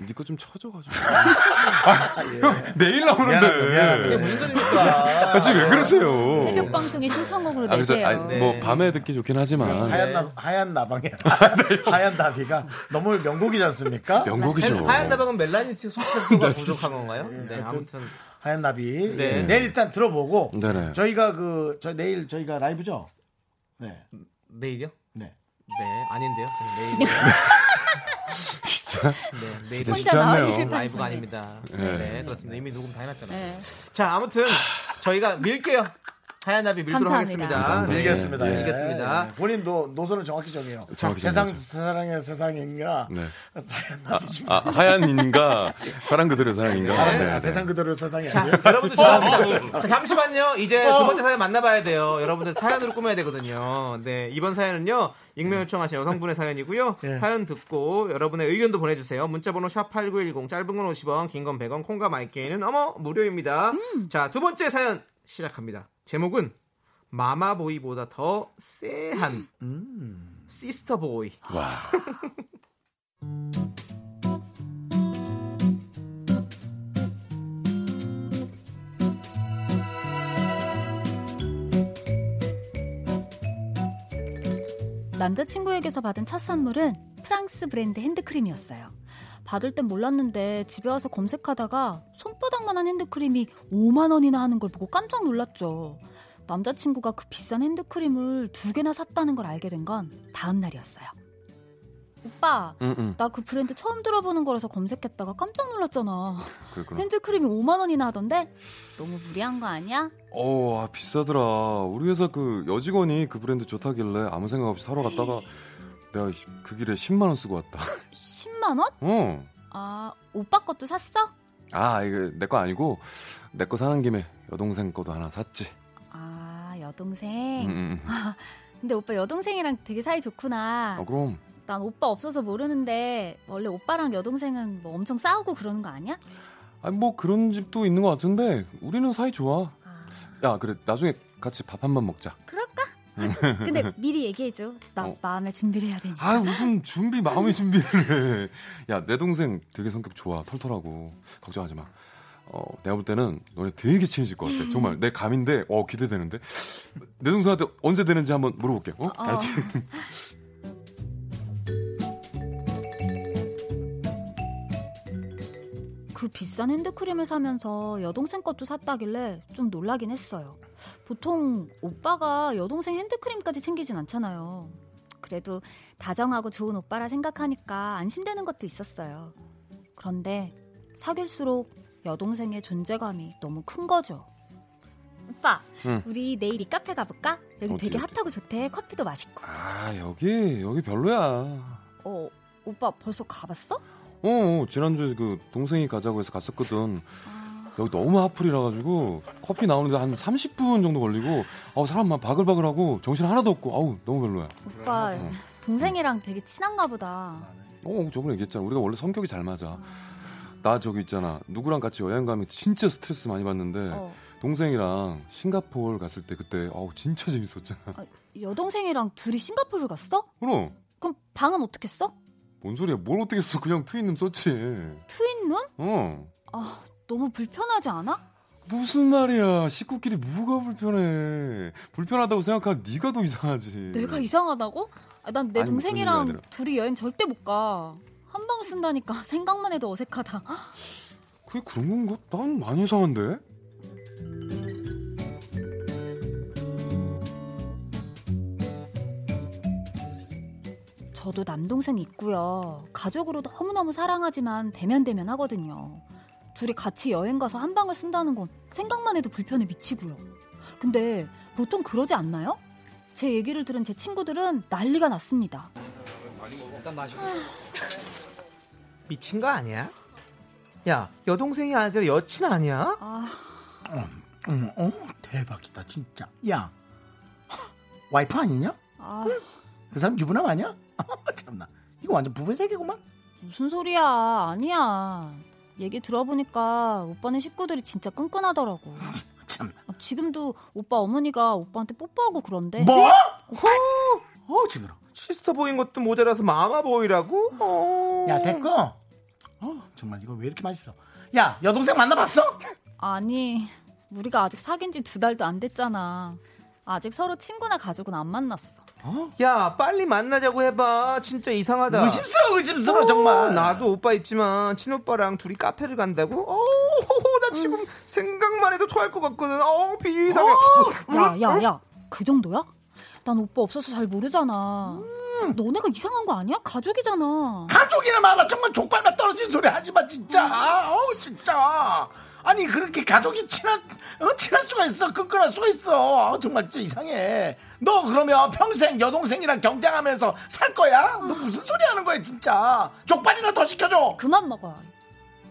S8: 니 거 좀 쳐줘가지고. 아, 형, 내일
S2: 네. 미안합니다,
S8: 나오는데.
S2: 미안합니다.
S3: 무슨 소리입니까?
S8: 아, 지금 왜 그러세요?
S9: 새벽 방송에 신청곡으로
S8: 아, 그래서,
S9: 내세요.
S8: 아니, 뭐, 밤에 듣기 좋긴 네. 하지만.
S2: 하얀 나 하얀 나방에 하얀 나비가 너무 명곡이지 않습니까?
S8: 네. 명곡이죠.
S3: 하얀 나방은 멜라닌 씨 소스가 부족한 건가요? 네, 아무튼
S2: 하얀 나비.
S3: 네.
S2: 예, 내일 일단 들어보고
S8: 네네.
S2: 저희가 그 저 내일 저희가 라이브죠. 네.
S3: 내일이요?
S2: 네.
S3: 네, 아닌데요. 네, 내일이요. 네, 내일은
S9: 혼자
S8: 진짜
S9: 나와요
S8: 하네요.
S9: 실패하시네.
S3: 라이브가 아닙니다.
S8: 네.
S3: 네, 그렇습니다. 이미 녹음 다 해놨잖아요.
S9: 네.
S3: 자, 아무튼 저희가 밀게요. 하얀 나비 밀도록
S9: 감사합니다.
S3: 하겠습니다.
S8: 감사합니다.
S3: 네.
S2: 알겠습니다.
S8: 예.
S2: 예,
S3: 알겠습니다.
S2: 예. 본인도 노선을 정확히 정해요.
S8: 정확히
S2: 세상
S8: 정해야죠.
S2: 사랑의 세상인가
S8: 네.
S2: 사연 나비 중.
S8: 아, 하얀인가, 사랑 그대로의 사랑인가.
S2: 아,
S8: 네, 네.
S2: 세상 그대로 세상이
S3: 자,
S2: 아니에요.
S3: 여러분들 죄송합니다. 어, 자, 잠시만요. 이제 두 번째 사연 만나봐야 돼요. 여러분들 사연으로 꾸며야 되거든요. 네, 이번 사연은요. 익명 요청하신 여성분의 사연이고요.
S2: 예.
S3: 사연 듣고 여러분의 의견도 보내주세요. 문자번호 샵 8910 짧은 건 50원, 긴 건 100원, 콩과 마이케이는 어머 무료입니다. 자, 두 번째 사연 시작합니다. 제목은 마마보이보다 더 쎄한 음. 시스터보이.
S8: 와.
S9: 남자친구에게서 받은 첫 선물은 프랑스 브랜드 핸드크림이었어요. 받을 땐 몰랐는데 집에 와서 검색하다가 손바닥만한 핸드크림이 5만 원이나 하는 걸 보고 깜짝 놀랐죠. 남자친구가 그 비싼 핸드크림을 두 개나 샀다는 걸 알게 된 건 다음 날이었어요. 오빠,
S8: 음, 음.
S9: 나 그 브랜드 처음 들어보는 거라서 검색했다가 깜짝 놀랐잖아.
S8: 그랬구나.
S9: 핸드크림이 5만 원이나 하던데 너무 무리한 거 아니야?
S8: 어, 아, 비싸더라. 우리 회사 그 여직원이 그 브랜드 좋다길래 아무 생각 없이 사러 갔다가 내가 그 길에 10만원 쓰고 왔다.
S9: 10만 원?
S8: 어.
S9: 아 오빠 것도 샀어?
S8: 아, 이거 내 거 아니고 내 거 사는 김에 여동생 거도 하나 샀지.
S9: 아
S8: 음,
S9: 여동생.
S8: 음, 음.
S9: 근데 오빠 여동생이랑 되게 사이 좋구나.
S8: 아, 그럼
S9: 난 오빠 없어서 모르는데 원래 오빠랑 여동생은 뭐 엄청 싸우고 그러는 거 아니야?
S8: 아니 뭐 그런 집도 있는 것 같은데 우리는 사이 좋아. 야 그래 나중에 같이 밥 한 번 먹자.
S9: 그럴까? 근데 미리 얘기해줘. 나
S8: 어.
S9: 마음에 준비를 해야 되니까.
S8: 아 무슨 준비 마음의 준비를 해. 야 내 동생 되게 성격 좋아 털털하고 걱정하지 마. 어 내가 볼 때는 너네 되게 친해질 것 같아. 정말 내 감인데 어 기대되는데 내 동생한테 언제 되는지 한번 물어볼게. 어?
S9: 어.
S8: 알지?
S9: 그 비싼 핸드크림을 사면서 여동생 것도 샀다길래 좀 놀라긴 했어요. 보통 오빠가 여동생 핸드크림까지 챙기진 않잖아요. 그래도 다정하고 좋은 오빠라 생각하니까 안심되는 것도 있었어요. 그런데 사귈수록 여동생의 존재감이 너무 큰 거죠. 오빠,
S8: 응.
S9: 우리 내일 이 카페 가볼까? 여기
S8: 어디,
S9: 되게
S8: 어디?
S9: 핫하고 좋대. 커피도 맛있고.
S8: 아 여기 여기 별로야.
S9: 어, 오빠 벌써 가봤어?
S8: 어, 어 지난주에 그 동생이 가자고 해서 갔었거든. 여기 너무 하풀이라 가지고 커피 나오는데 한 30분 정도 걸리고 아우 사람 막 바글바글하고 정신 하나도 없고 아우 너무 별로야.
S9: 오빠
S8: 응.
S9: 동생이랑 되게 친한가 보다.
S8: 어 저번에 얘기했잖아 우리가 원래 성격이 잘 맞아. 나 저기 있잖아 누구랑 같이 여행 가면 진짜 스트레스 많이 받는데
S9: 어.
S8: 동생이랑 싱가포르 갔을 때 그때 아우 진짜 재밌었잖아.
S9: 아, 여동생이랑 둘이 싱가포르 갔어?
S8: 그럼
S9: 그럼 방은 어떻게 써?
S8: 뭔 소리야 뭘 어떻게 써 그냥 트윈님 썼지.
S9: 트윈룸?
S8: 어
S9: 아, 너무 불편하지 않아?
S8: 무슨 말이야 식구끼리 뭐가 불편해 불편하다고 생각하면 네가 더 이상하지.
S9: 내가 이상하다고? 난 내
S8: 음. 아니,
S9: 동생이랑
S8: 무슨 일이야, 얘들아.
S9: 둘이 여행 절대 못 가. 한 방 쓴다니까 생각만 해도 어색하다.
S8: 그게 그런 건가? 난 많이 이상한데?
S9: 저도 남동생 있고요. 가족으로 너무너무 사랑하지만 대면대면 하거든요. 둘이 같이 여행 가서 한 방을 쓴다는 건 생각만 해도 불편해 미치고요. 근데 보통 그러지 않나요? 제 얘기를 들은 제 친구들은 난리가 났습니다.
S3: 미친 거 아니야? 야 여동생이 아니라 여친 아니야?
S9: 아,
S2: 음, 어 대박이다 진짜. 야 와이프 아니냐?
S9: 아.
S2: 그 사람 유부남 아니야? 참나 이거 완전 부부의 세계구만.
S9: 무슨 소리야? 아니야. 얘기 들어보니까 오빠네 식구들이 진짜 끈끈하더라고.
S2: 참나.
S9: 아, 지금도 오빠 어머니가 오빠한테 뽀뽀하고
S3: 네.
S9: 그런데.
S2: 뭐? 어 지금으로.
S3: 시스터 보인 것도 모자라서 마마 보이라고? 어.
S2: 야 됐고. 어 정말 이거 왜 이렇게 맛있어? 야 여동생 만나봤어?
S9: 아니, 우리가 아직 사귄 지 두 달도 안 됐잖아. 아직 서로 친구나 가족은 안 만났어.
S3: 야 빨리 만나자고 해봐 진짜 이상하다
S2: 의심스러워 의심스러워 정말.
S3: 어, 나도 오빠 있지만 친오빠랑 둘이 카페를 간다고? 어, 나
S2: 음.
S3: 지금 생각만 해도 토할 것 같거든. 어, 비상해. 어,
S9: 야, 야, 야. 그 정도야? 난 오빠 없어서 잘 모르잖아. 너네가 이상한 거 아니야? 가족이잖아.
S2: 가족이나 말라 정말 족발만 떨어진 소리 하지 마 진짜. 아, 어우 진짜. 아니 그렇게 가족이 친한 어, 친할 수가 있어 끈끈할 수가 있어 아, 정말 진짜 이상해 너 그러면 평생 여동생이랑 경쟁하면서 살 거야 너 무슨 소리 하는 거야 진짜 족발이나 더 시켜줘
S9: 그만 먹어.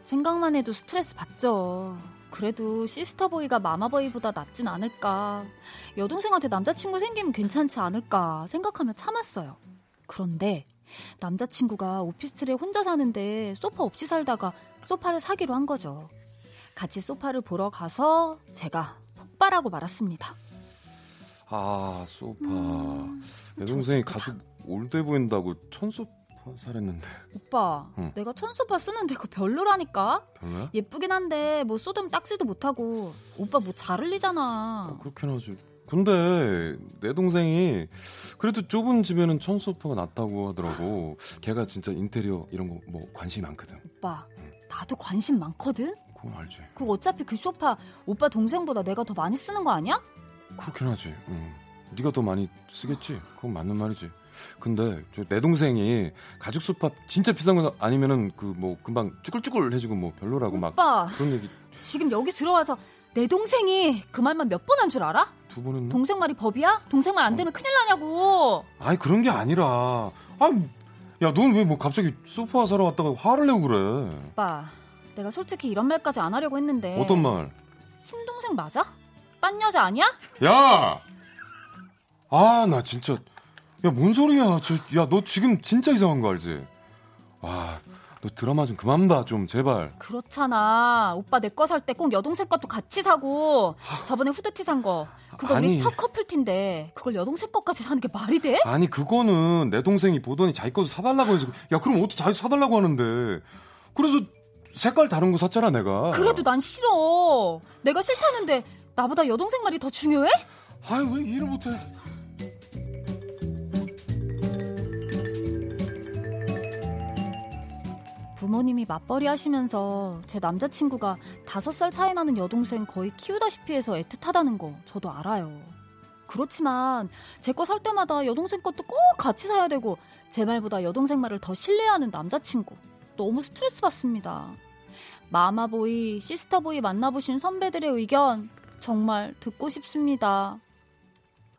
S9: 생각만 해도 스트레스 받죠. 그래도 시스터보이가 마마보이보다 낫진 않을까. 여동생한테 남자친구 생기면 괜찮지 않을까 생각하며 참았어요. 그런데 남자친구가 오피스텔에 혼자 사는데 소파 없이 살다가 소파를 사기로 한 거죠. 같이 소파를 보러 가서 제가 폭발하고 말았습니다.
S8: 아 소파
S9: 음,
S8: 내 동생이 가수 올때 보인다고 천소파 사랬는데
S9: 오빠,
S8: 응.
S9: 내가 천소파 쓰는데 그거 별로라니까?
S8: 별로야?
S9: 예쁘긴 한데 뭐 쏟으면 닦지도 못하고 오빠 뭐 잘 흘리잖아.
S8: 어, 그렇긴 하지 근데 내 동생이 그래도 좁은 집에는 천소파가 낫다고 하더라고 걔가 진짜 인테리어 이런 거 뭐 관심이 많거든
S9: 오빠 나도 관심 많거든
S8: 그건 알지
S9: 그거 어차피 그 소파 오빠 동생보다 내가 더 많이 쓰는 거 아니야?
S8: 그렇긴 하지 응. 네가 더 많이 쓰겠지 그건 맞는 말이지 근데 저 내 동생이 가죽 소파 진짜 비싼 거 아니면은 그 뭐 금방 쭈글쭈글해지고 뭐 별로라고 막
S9: 오빠
S8: 그런 얘기
S9: 지금 여기 들어와서 내 동생이 그 말만 몇 번 한 줄 알아?
S8: 두 번 했나?
S9: 동생 말이 법이야? 동생 말 안 되면 큰일 나냐고
S8: 아니 그런 게 아니라 아야넌 왜 뭐 갑자기 소파 사러 왔다가 화를 내고 그래
S9: 오빠 내가 솔직히 이런 말까지 안 하려고 했는데
S8: 어떤 말?
S9: 친동생 맞아? 딴 여자 아니야?
S8: 야! 아 나 진짜 야 뭔 소리야 야 너 지금 진짜 이상한 거 알지? 와 아, 너 드라마 좀 그만 봐, 좀 제발.
S9: 그렇잖아. 오빠 내 거 살 때 꼭 여동생 것도 같이 사고 저번에 후드티 산 거. 그거
S8: 아니.
S9: 우리 첫 커플티인데 그걸 여동생 것까지 사는 게 말이 돼?
S8: 아니 그거는 내 동생이 보더니 자기 것도 사달라고 해서 야 그럼 어떻게 자기 사달라고 하는데 그래서 색깔 다른 거 샀잖아 내가.
S9: 그래도 난 싫어. 내가 싫다는데 나보다 여동생 말이 더 중요해?
S8: 아유 왜 이해를 못해?
S9: 부모님이 맞벌이 하시면서 제 남자친구가 다섯 살 차이 나는 여동생 거의 키우다시피 해서 애틋하다는 거 저도 알아요. 그렇지만 제 거 살 때마다 여동생 것도 꼭 같이 사야 되고 제 말보다 여동생 말을 더 신뢰하는 남자친구 너무 스트레스 받습니다. 마마보이, 시스터보이 만나보신 선배들의 의견 정말 듣고 싶습니다.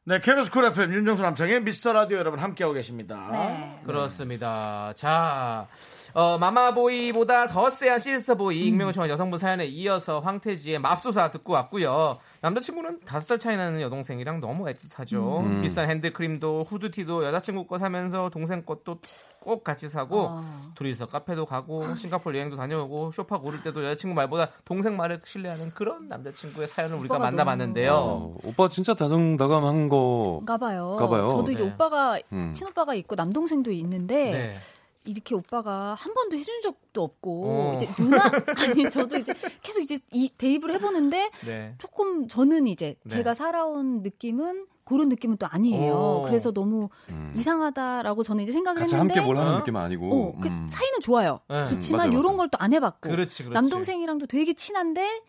S2: 네, KBS 쿨 FM 윤정수 남창의 미스터 라디오 여러분 함께하고 계십니다.
S3: 네. 그렇습니다. 자, 어, 마마보이보다 더 세한 시스터보이
S9: 음.
S3: 익명을 청한 여성분 사연에 이어서 황태지의 맙소사 듣고 왔고요. 남자친구는 다섯 살 차이 나는 여동생이랑 너무 애틋하죠.
S9: 음.
S3: 비싼 핸드크림도 후드티도 여자친구 거 사면서 동생 것도 꼭 같이 사고
S9: 아.
S3: 둘이서 카페도 가고 싱가포르 여행도 다녀오고 쇼파 고를 때도 여자친구 말보다 동생 말을 신뢰하는 그런 남자친구의 사연을 우리가
S9: 오빠가
S3: 만나봤는데요.
S8: 어, 오빠 진짜 다정다감한 거.
S9: 가봐요.
S8: 가봐요.
S9: 저도 이제
S3: 네.
S9: 오빠가
S8: 음.
S9: 친오빠가 있고 남동생도 있는데
S3: 네.
S9: 이렇게 오빠가 한 번도 해준 적도 없고
S3: 어.
S9: 이제 누나 아니 저도 이제 계속 이제 이 대입을 해보는데
S3: 네.
S9: 조금 저는 이제
S3: 네.
S9: 제가 살아온 느낌은 그런 느낌은 또 아니에요.
S3: 오.
S9: 그래서 너무
S8: 음.
S9: 이상하다라고 저는 이제 생각을
S8: 같이
S9: 했는데
S8: 함께 뭘 하는
S3: 어?
S8: 느낌은 아니고.
S9: 어, 그
S8: 음.
S9: 차이는 좋아요.
S3: 네,
S9: 좋지만
S8: 맞아요,
S9: 이런
S8: 맞아요.
S9: 걸 또 안 해봤고
S3: 그렇지, 그렇지.
S9: 남동생이랑도 되게 친한데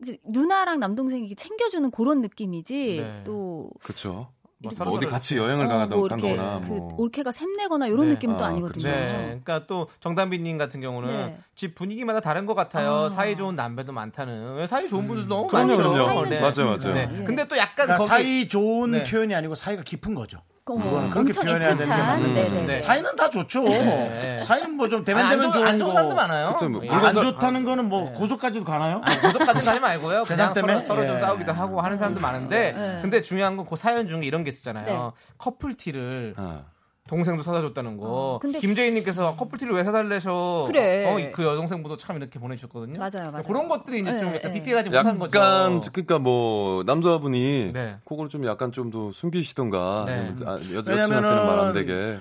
S9: 이제 누나랑 남동생이 챙겨주는 그런 느낌이지
S3: 네.
S9: 또
S8: 그쵸.
S3: 뭐
S9: 이렇게
S3: 서로서로
S8: 어디 같이 여행을
S9: 어,
S8: 가다
S9: 뭐
S8: 간
S9: 이렇게
S8: 거나
S9: 그
S8: 뭐.
S9: 올케가 샘내거나 이런
S3: 네.
S9: 느낌도
S8: 아,
S9: 아니거든요. 그렇죠?
S3: 네. 그러니까 또 정단비님 같은 경우는
S9: 네.
S3: 집 분위기마다 다른 것 같아요.
S9: 아.
S3: 사이 좋은 남편도 많다는. 사이 좋은 분들도 너무
S8: 그럼요,
S3: 많죠.
S8: 그럼요.
S9: 사이는
S8: 맞아요,
S9: 좋습니다.
S8: 맞아요.
S9: 네.
S3: 근데 또 약간
S2: 그러니까
S3: 거기
S2: 사이 좋은
S3: 네.
S2: 표현이 아니고 사이가 깊은 거죠.
S9: 그건 뭐
S2: 그거는 그렇게
S9: 엄청
S2: 표현해야 되는 게
S9: 애틋한,
S2: 맞는
S9: 네네.
S3: 거죠. 네.
S2: 사이는 다 좋죠.
S3: 네.
S2: 사이는 뭐 좀
S3: 아니,
S2: 대면
S3: 안
S2: 대면
S3: 좋은- 안
S2: 좋은
S3: 좋은
S2: 거.
S3: 사람도 많아요. 네.
S8: 그쵸, 뭐
S3: 예.
S8: 물건
S2: 안
S8: 사-
S2: 좋다는 거는 뭐 고소까지도 가나요?
S3: 아니, 구독까지는 하지 말고요. 그냥
S2: 재산
S3: 서로,
S2: 때문에?
S3: 서로 좀
S2: 예.
S3: 싸우기도 하고 하는 사람도
S8: 음.
S3: 많은데
S9: 네.
S3: 근데 중요한 건 그 사연 중에 이런 게 있잖아요. 커플티를
S8: 아.
S3: 동생도 사다 줬다는 거.
S9: 어, 근데-
S3: 김재희님께서 커플티를 왜 사달래셔?
S9: 그래.
S3: 어, 그 여동생분도 참 이렇게 보내주셨거든요.
S9: 맞아요, 맞아요.
S3: 그런 것들이 이제 좀
S9: 네,
S3: 약간
S9: 네.
S3: 디테일하지 못한 거죠.
S8: 약간 그러니까 뭐 남자분이
S3: 네.
S8: 그걸 좀 약간 좀 더 숨기시던가
S3: 네.
S8: 아니면 아, 여,
S2: 왜냐면은-
S8: 여친한테는 말 안 되게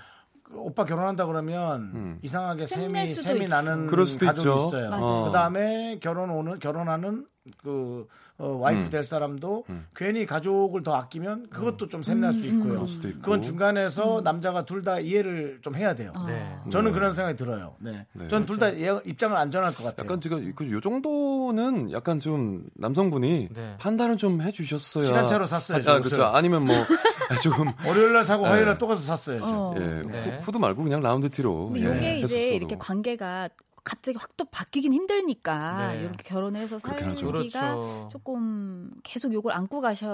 S2: 오빠 결혼한다 그러면 이상하게 샘이
S9: 샘낼 수도
S2: 샘이
S9: 있어.
S2: 나는
S8: 음. 그럴 수도
S2: 가족이
S8: 있죠.
S2: 있어요.
S8: 맞아요. 어.
S2: 그다음에 결혼 오는 결혼하는 그 어,
S8: 음.
S2: 와이프 될 사람도 괜히 가족을 더 아끼면 그것도 좀
S9: 음.
S2: 샘날 수 있고요.
S8: 수도 있고.
S2: 그건 중간에서 남자가 둘 다 이해를 좀 해야 돼요.
S9: 어. 아,
S3: 네.
S2: 저는
S8: 네.
S2: 그런 생각이 들어요. 네.
S8: 네,
S2: 저는 둘 다 입장을 안 전할 것 같아요.
S8: 약간
S3: 네.
S8: 제가 그요 정도는 약간 좀 남성분이
S3: 네.
S8: 판단을 좀 해주셨어야
S2: 시간차로 샀어야죠,
S8: 아,
S2: 옷을.
S8: 그렇죠. 아니면 뭐 조금
S2: 월요일 날 사고 화요일
S8: 네.
S2: 날또 가서 샀어요.
S9: 어.
S8: 예,
S3: 어, 네.
S8: 후- 후드 말고 그냥 라운드 티로.
S9: 근데
S8: 예,
S9: 이게 이제
S8: 했었어도.
S9: 이렇게 관계가 갑자기 확 또 바뀌긴 힘들니까
S3: 네.
S9: 이렇게 결혼해서
S8: 그렇긴 하죠.
S9: 살기가
S3: 그렇죠. 음.
S9: 조금 계속 요걸 안고 가실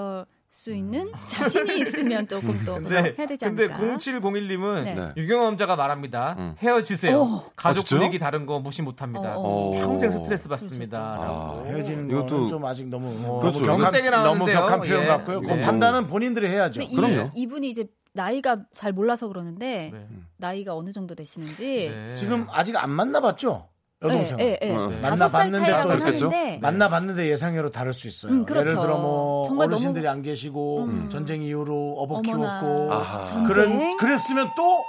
S9: 수 있는 자신이 있으면 조금 또 해야 되지
S3: 네. 근데
S9: 않을까.
S3: 0701님은
S9: 네.
S8: 네.
S3: 유경험자가 말합니다.
S8: 음.
S3: 헤어지세요.
S9: 어.
S8: 아,
S3: 가족
S8: 진짜요?
S3: 분위기 다른 거 무시 못합니다.
S9: 어,
S8: 어.
S3: 평생
S8: 오.
S3: 스트레스 받습니다.
S8: 아.
S2: 헤어지는
S8: 이것도-
S2: 거는 좀 아직 너무 뭐
S8: 그렇죠.
S2: 너무 격한,
S3: 세게
S2: 너무
S3: 나오는데요.
S2: 격한 표현
S3: 예.
S2: 같고요. 그
S8: 예.
S2: 판단은 본인들이 해야죠.
S9: 근데
S8: 그럼요.
S9: 이, 이분이 이제 나이가 잘 몰라서 그러는데
S3: 네.
S9: 나이가 어느 정도 되시는지
S3: 네.
S2: 지금 아직 안 만나봤죠? 여동생.
S9: 예, 예, 예.
S8: 어.
S9: 다섯 살
S2: 만나봤는데
S9: 차이라고
S8: 또 그렇겠죠?
S9: 하는데
S2: 만나봤는데 예상외로 다를 수 있어요.
S9: 음, 그렇죠.
S2: 예를 들어 뭐
S9: 정말 음.
S2: 어르신들이 안 계시고 전쟁 이후로 어버
S9: 어머나.
S2: 키웠고
S8: 아하.
S9: 전쟁.
S2: 그런 그랬으면 또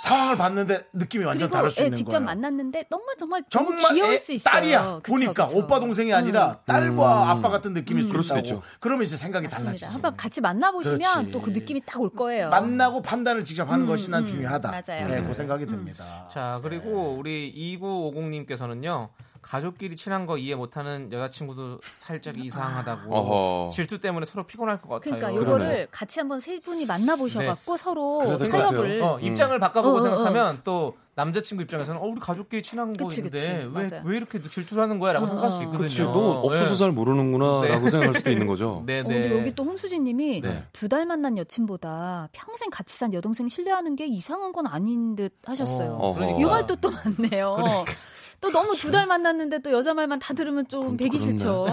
S2: 상황을 봤는데 느낌이 완전
S9: 그리고
S2: 다를 수
S9: 예,
S2: 있는
S9: 직접
S2: 거예요.
S9: 만났는데 정말 정말 너무
S2: 정말
S9: 귀여울
S2: 애-
S9: 수 있어요.
S2: 딸이야
S9: 그쵸,
S2: 보니까
S9: 그쵸. 음.
S2: 오빠 동생이 아니라 딸과 아빠 같은 느낌일 수
S8: 음. 그럴 수도
S2: 있다고.
S8: 있죠.
S2: 그러면 이제 생각이
S9: 맞습니다.
S2: 달라지지.
S9: 한번 같이 만나보시면
S2: 그렇지.
S9: 또 그 느낌이 딱 올 거예요.
S2: 만나고 판단을 직접 하는 것이 난 중요하다.
S9: 음, 맞아요. 음.
S2: 네,
S8: 음.
S2: 그 생각이 듭니다.
S8: 아,
S3: 자,
S8: 네.
S3: 그리고 우리 2950님께서는요. 가족끼리 친한 거 이해 못하는 여자친구도 살짝 이상하다고.
S8: 어허.
S3: 질투 때문에 서로 피곤할 것 같아요.
S9: 아. 그러니까
S8: 그러네.
S9: 요거를 같이 한번 세 분이 만나보셔갖고 서로
S8: 네. 그래야 될것
S9: 타협을
S8: 음.
S3: 어, 입장을 바꿔보고
S9: 어, 어, 어.
S3: 생각하면 또 남자친구 입장에서는 어, 우리 가족끼리 친한 거
S9: 그치, 그치.
S3: 있는데 왜,
S9: 맞아요. 어,
S3: 왜 이렇게 질투를 하는 거야? 라고 생각할 수 있거든요.
S8: 그치, 너 없어서 잘 모르는구나
S3: 네.
S8: 라고 생각할 수도 있는 거죠.
S3: 네, 네.
S9: 어, 근데 여기 또 홍수진님이
S8: 네.
S9: 두 달 만난 여친보다 평생 같이 산 여동생 신뢰하는 게 이상한 건 아닌 듯 하셨어요.
S8: 어,
S9: 이 말도 또 맞네요. 또 너무 두 달 만났는데 또 여자 말만 다 들으면 좀
S8: 그럼
S9: 배기
S8: 그렇네.
S9: 싫죠.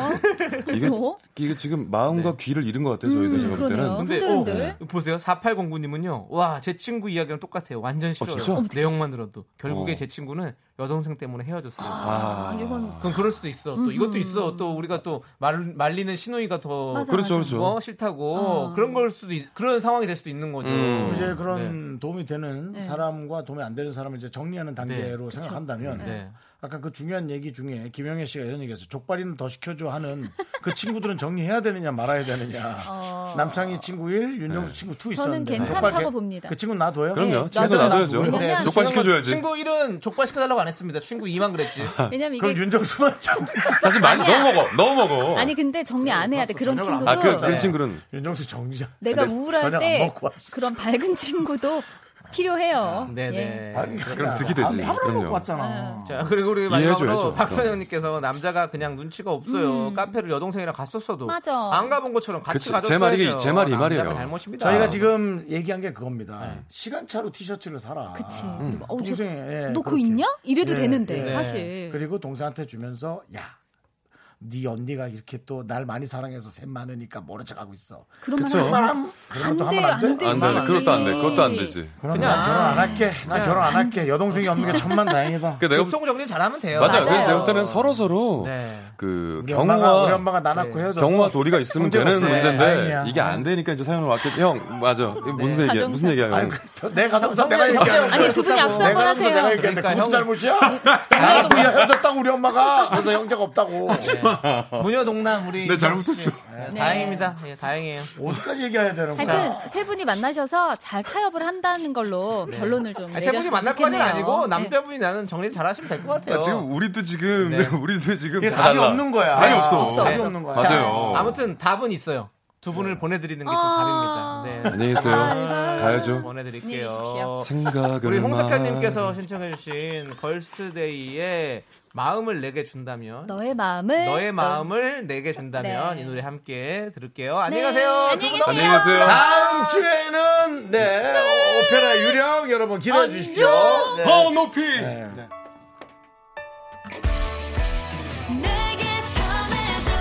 S8: 이게,
S9: 그죠?
S8: 이게 지금 마음과
S3: 네.
S8: 귀를 잃은 것 같아요. 저희도
S9: 그렇죠. 음,
S8: 제가 볼 때는.
S9: 그러네요.
S3: 근데, 어,
S9: 흔들흔들.
S3: 보세요. 4809님은요. 와, 제 친구 이야기랑 똑같아요. 완전 싫어요.
S8: 진짜?
S3: 내용만 들어도. 결국에
S8: 어.
S3: 제 친구는 여동생 때문에 헤어졌어요.
S9: 아, 이건
S3: 그럼 그럴 수도 있어.
S9: 음.
S3: 또 이것도 있어. 또 우리가 또 말, 말리는 신우이가 더
S9: 맞아,
S8: 그렇죠,
S9: 맞아.
S8: 그렇죠.
S3: 뭐 싫다고
S9: 어.
S3: 그런 걸 수도 있, 그런 상황이 될 수도 있는 거죠.
S8: 음.
S2: 이제
S3: 네.
S2: 그런 도움이 되는
S9: 네.
S2: 사람과 도움이 안 되는 사람을 이제 정리하는
S8: 네.
S2: 단계로 생각한다면
S3: 네.
S2: 아까 그 중요한 얘기 중에 김영애 씨가 이런 얘기했어요. 족발이는 더 시켜줘 하는 그 친구들은 정리해야 되느냐 말아야 되느냐.
S9: 어.
S2: 남창희 친구 1, 윤정수 친구 2
S9: 저는
S2: 있었는데
S9: 괜찮다고
S2: 족발 개-
S9: 봅니다.
S2: 그 친구는 놔둬요.
S8: 네. 그럼요.
S9: 예,
S8: 친구도
S9: 나도
S8: 놔둬야죠. 네.
S9: 나도. 왜냐면
S8: 족발
S3: 친구가-
S8: 시켜줘야지.
S3: 네. 친구 1은 족발 시켜달라고 안 했습니다. 친구 2만 그랬지.
S9: 왜냐면 이게
S2: 그럼 윤정수만 참
S8: 사실 많이
S9: 아니야.
S8: 넣어 먹어. 넣어 먹어.
S9: 아니 근데 정리 안 해야 돼. 그런
S3: 저녁을 안
S9: 친구도
S8: 아, 그, 그
S2: 네.
S8: 친구는
S2: 윤정수 정리자.
S9: 내가
S2: 근데
S9: 우울할
S2: 저녁 안
S9: 때
S2: 먹고 왔어.
S9: 그런 밝은 친구도 필요해요. 예.
S3: 아, 네네.
S2: 그러니까
S8: 그럼 득이 되지. 그럼요.
S2: 왔잖아.
S9: 네.
S3: 자 그리고 우리
S8: 이해해줘야죠. 어.
S3: 마지막으로 박선영님께서 남자가 그냥 눈치가 없어요. 카페를 여동생이랑 갔었어도
S9: 음. 맞아.
S3: 안 가본 것처럼 같이
S8: 그치.
S3: 가줬어야죠.
S8: 제 말이- 제 말이 이 말이에요.
S3: 남자가 잘못입니다.
S2: 저희가 지금 얘기한 게 그거입니다.
S8: 네.
S2: 시간차로 티셔츠를 사라.
S9: 그치.
S8: 음.
S9: 어, 저-
S2: 동생이
S3: 네,
S2: 예,
S9: 너 그거
S2: 그렇게.
S9: 있냐? 이래도
S2: 예,
S9: 되는데
S2: 예.
S9: 사실.
S2: 그리고 동생한테 주면서 야. 네 언니가 이렇게 또 날 많이 사랑해서 셈 많으니까 모른 척하고 있어.
S9: 그런 말
S8: 그쵸.
S9: 하면
S2: 그만함.
S9: 안
S2: 그런 것도
S9: 돼,
S2: 하면 안 돼?
S9: 안 돼.
S8: 안 돼. 그것도 안 돼. 그것도 안 되지.
S2: 그럼 나 결혼 안 할게. 나 결혼 안 할게. 여동생이 없는 게 천만 다행이다.
S8: 그러니까 내가
S3: 네,
S8: 볼-
S3: 교통 정리 잘하면 돼요.
S8: 맞아요. 그러니까
S9: 맞아요.
S8: 내가 볼 때는 서로 서로
S3: 네.
S8: 그
S2: 우리 엄마가 우리
S8: 경우와
S2: 엄마가 나 낳고 헤어졌어.
S8: 경우와 도리가 있으면
S2: 문제가
S8: 되는
S2: 없어요.
S8: 문제인데
S2: 다행이야.
S8: 이게 안 되니까 이제 사연을 왔겠지. 형 맞아. 이게 무슨 얘기야?
S9: 가정사.
S8: 무슨 얘기야? 형.
S2: 아니, 그, 내 가정사 내가 얘기하는
S9: 아니 두 분이 악수 한번
S2: 내가 하면서 내가
S9: 하세요.
S2: 얘기했는데 그건
S3: 그러니까 형-
S2: 잘못이야? 나 낳고 헤어졌다고 우리 엄마가. 그래서 형제가 없다고.
S3: 무녀 동남 우리.
S8: 어. 네, 잘못했어.
S3: 네, 다행입니다. 예, 다행이에요.
S2: 어디까지 얘기해야 되는 거야?
S9: 하여튼 세 분이 만나셔서 잘 타협을 한다는 걸로 결론을 좀
S3: 네. 아니, 세 분이
S9: 내렸으면
S3: 만날까지는
S9: 좋겠네요.
S3: 아니고
S9: 네.
S3: 남자분이 나는 정리를 잘하시면 될 것 같아요.
S8: 아, 지금 우리도 지금
S3: 네.
S8: 우리도 지금
S2: 이게
S8: 다
S2: 답이
S8: 달라.
S2: 없는 거야.
S8: 답이 없어.
S2: 답이
S3: 없어.
S2: 없는 거야.
S8: 맞아요. 네.
S3: 아무튼 답은 있어요. 두 분을 보내드리는 게 제 답입니다.
S9: 아.
S3: 네.
S8: 안녕히 계세요.
S9: 아,
S8: 가야죠.
S9: 안녕히
S3: 보내드릴게요.
S9: 계십시오.
S8: 생각을
S3: 우리
S8: 만-
S3: 홍석현님께서 신청해주신 걸스데이의 마음을 내게 준다면
S9: 너의 마음을
S3: 너의 마음을 내게 준다면
S9: 네.
S3: 이 노래 함께 들을게요. 안녕히 가세요. 두
S9: 안녕히
S3: 분
S8: 안녕히 계세요.
S2: 다음 주에는 네 오페라 유령 여러분 기대해 주십시오. 네.
S8: 더 높이.
S2: 네.
S5: 내게 전해줘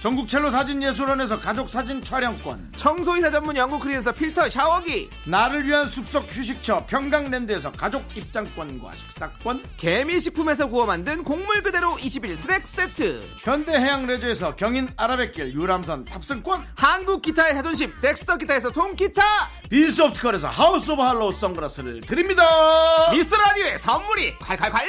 S2: 전국 첼로 사진 예술원에서 가족 사진 촬영권
S3: 청소이사 전문 영국 크린에서 필터 샤워기.
S2: 나를 위한 숲속 휴식처 평강랜드에서 가족 입장권과 식사권
S3: 개미식품에서 구워 만든 곡물 그대로 21 스낵 세트.
S2: 현대해양 레저에서 경인 아라뱃길 유람선 탑승권
S3: 한국 기타의 자존심 덱스터 기타에서 통기타.
S2: 빈스옵티컬에서 하우스 오브 할로우 선글라스를 드립니다
S3: 미스터 라디오의 선물이 콸콸콸!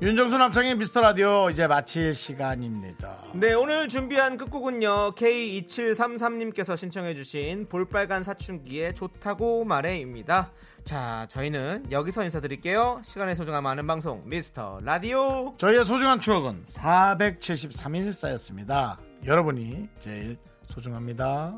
S2: 윤정수 남창의 미스터라디오 이제 마칠 시간입니다
S3: 네, 오늘 준비한 끝곡은요. K2733님께서 신청해주신 볼빨간 사춘기에 좋다고 말해입니다. 자, 저희는 여기서 인사드릴게요. 시간의 소중함 아는 방송, 미스터 라디오.
S2: 저희의 소중한 추억은 473일 쌓였습니다. 여러분이 제일 소중합니다.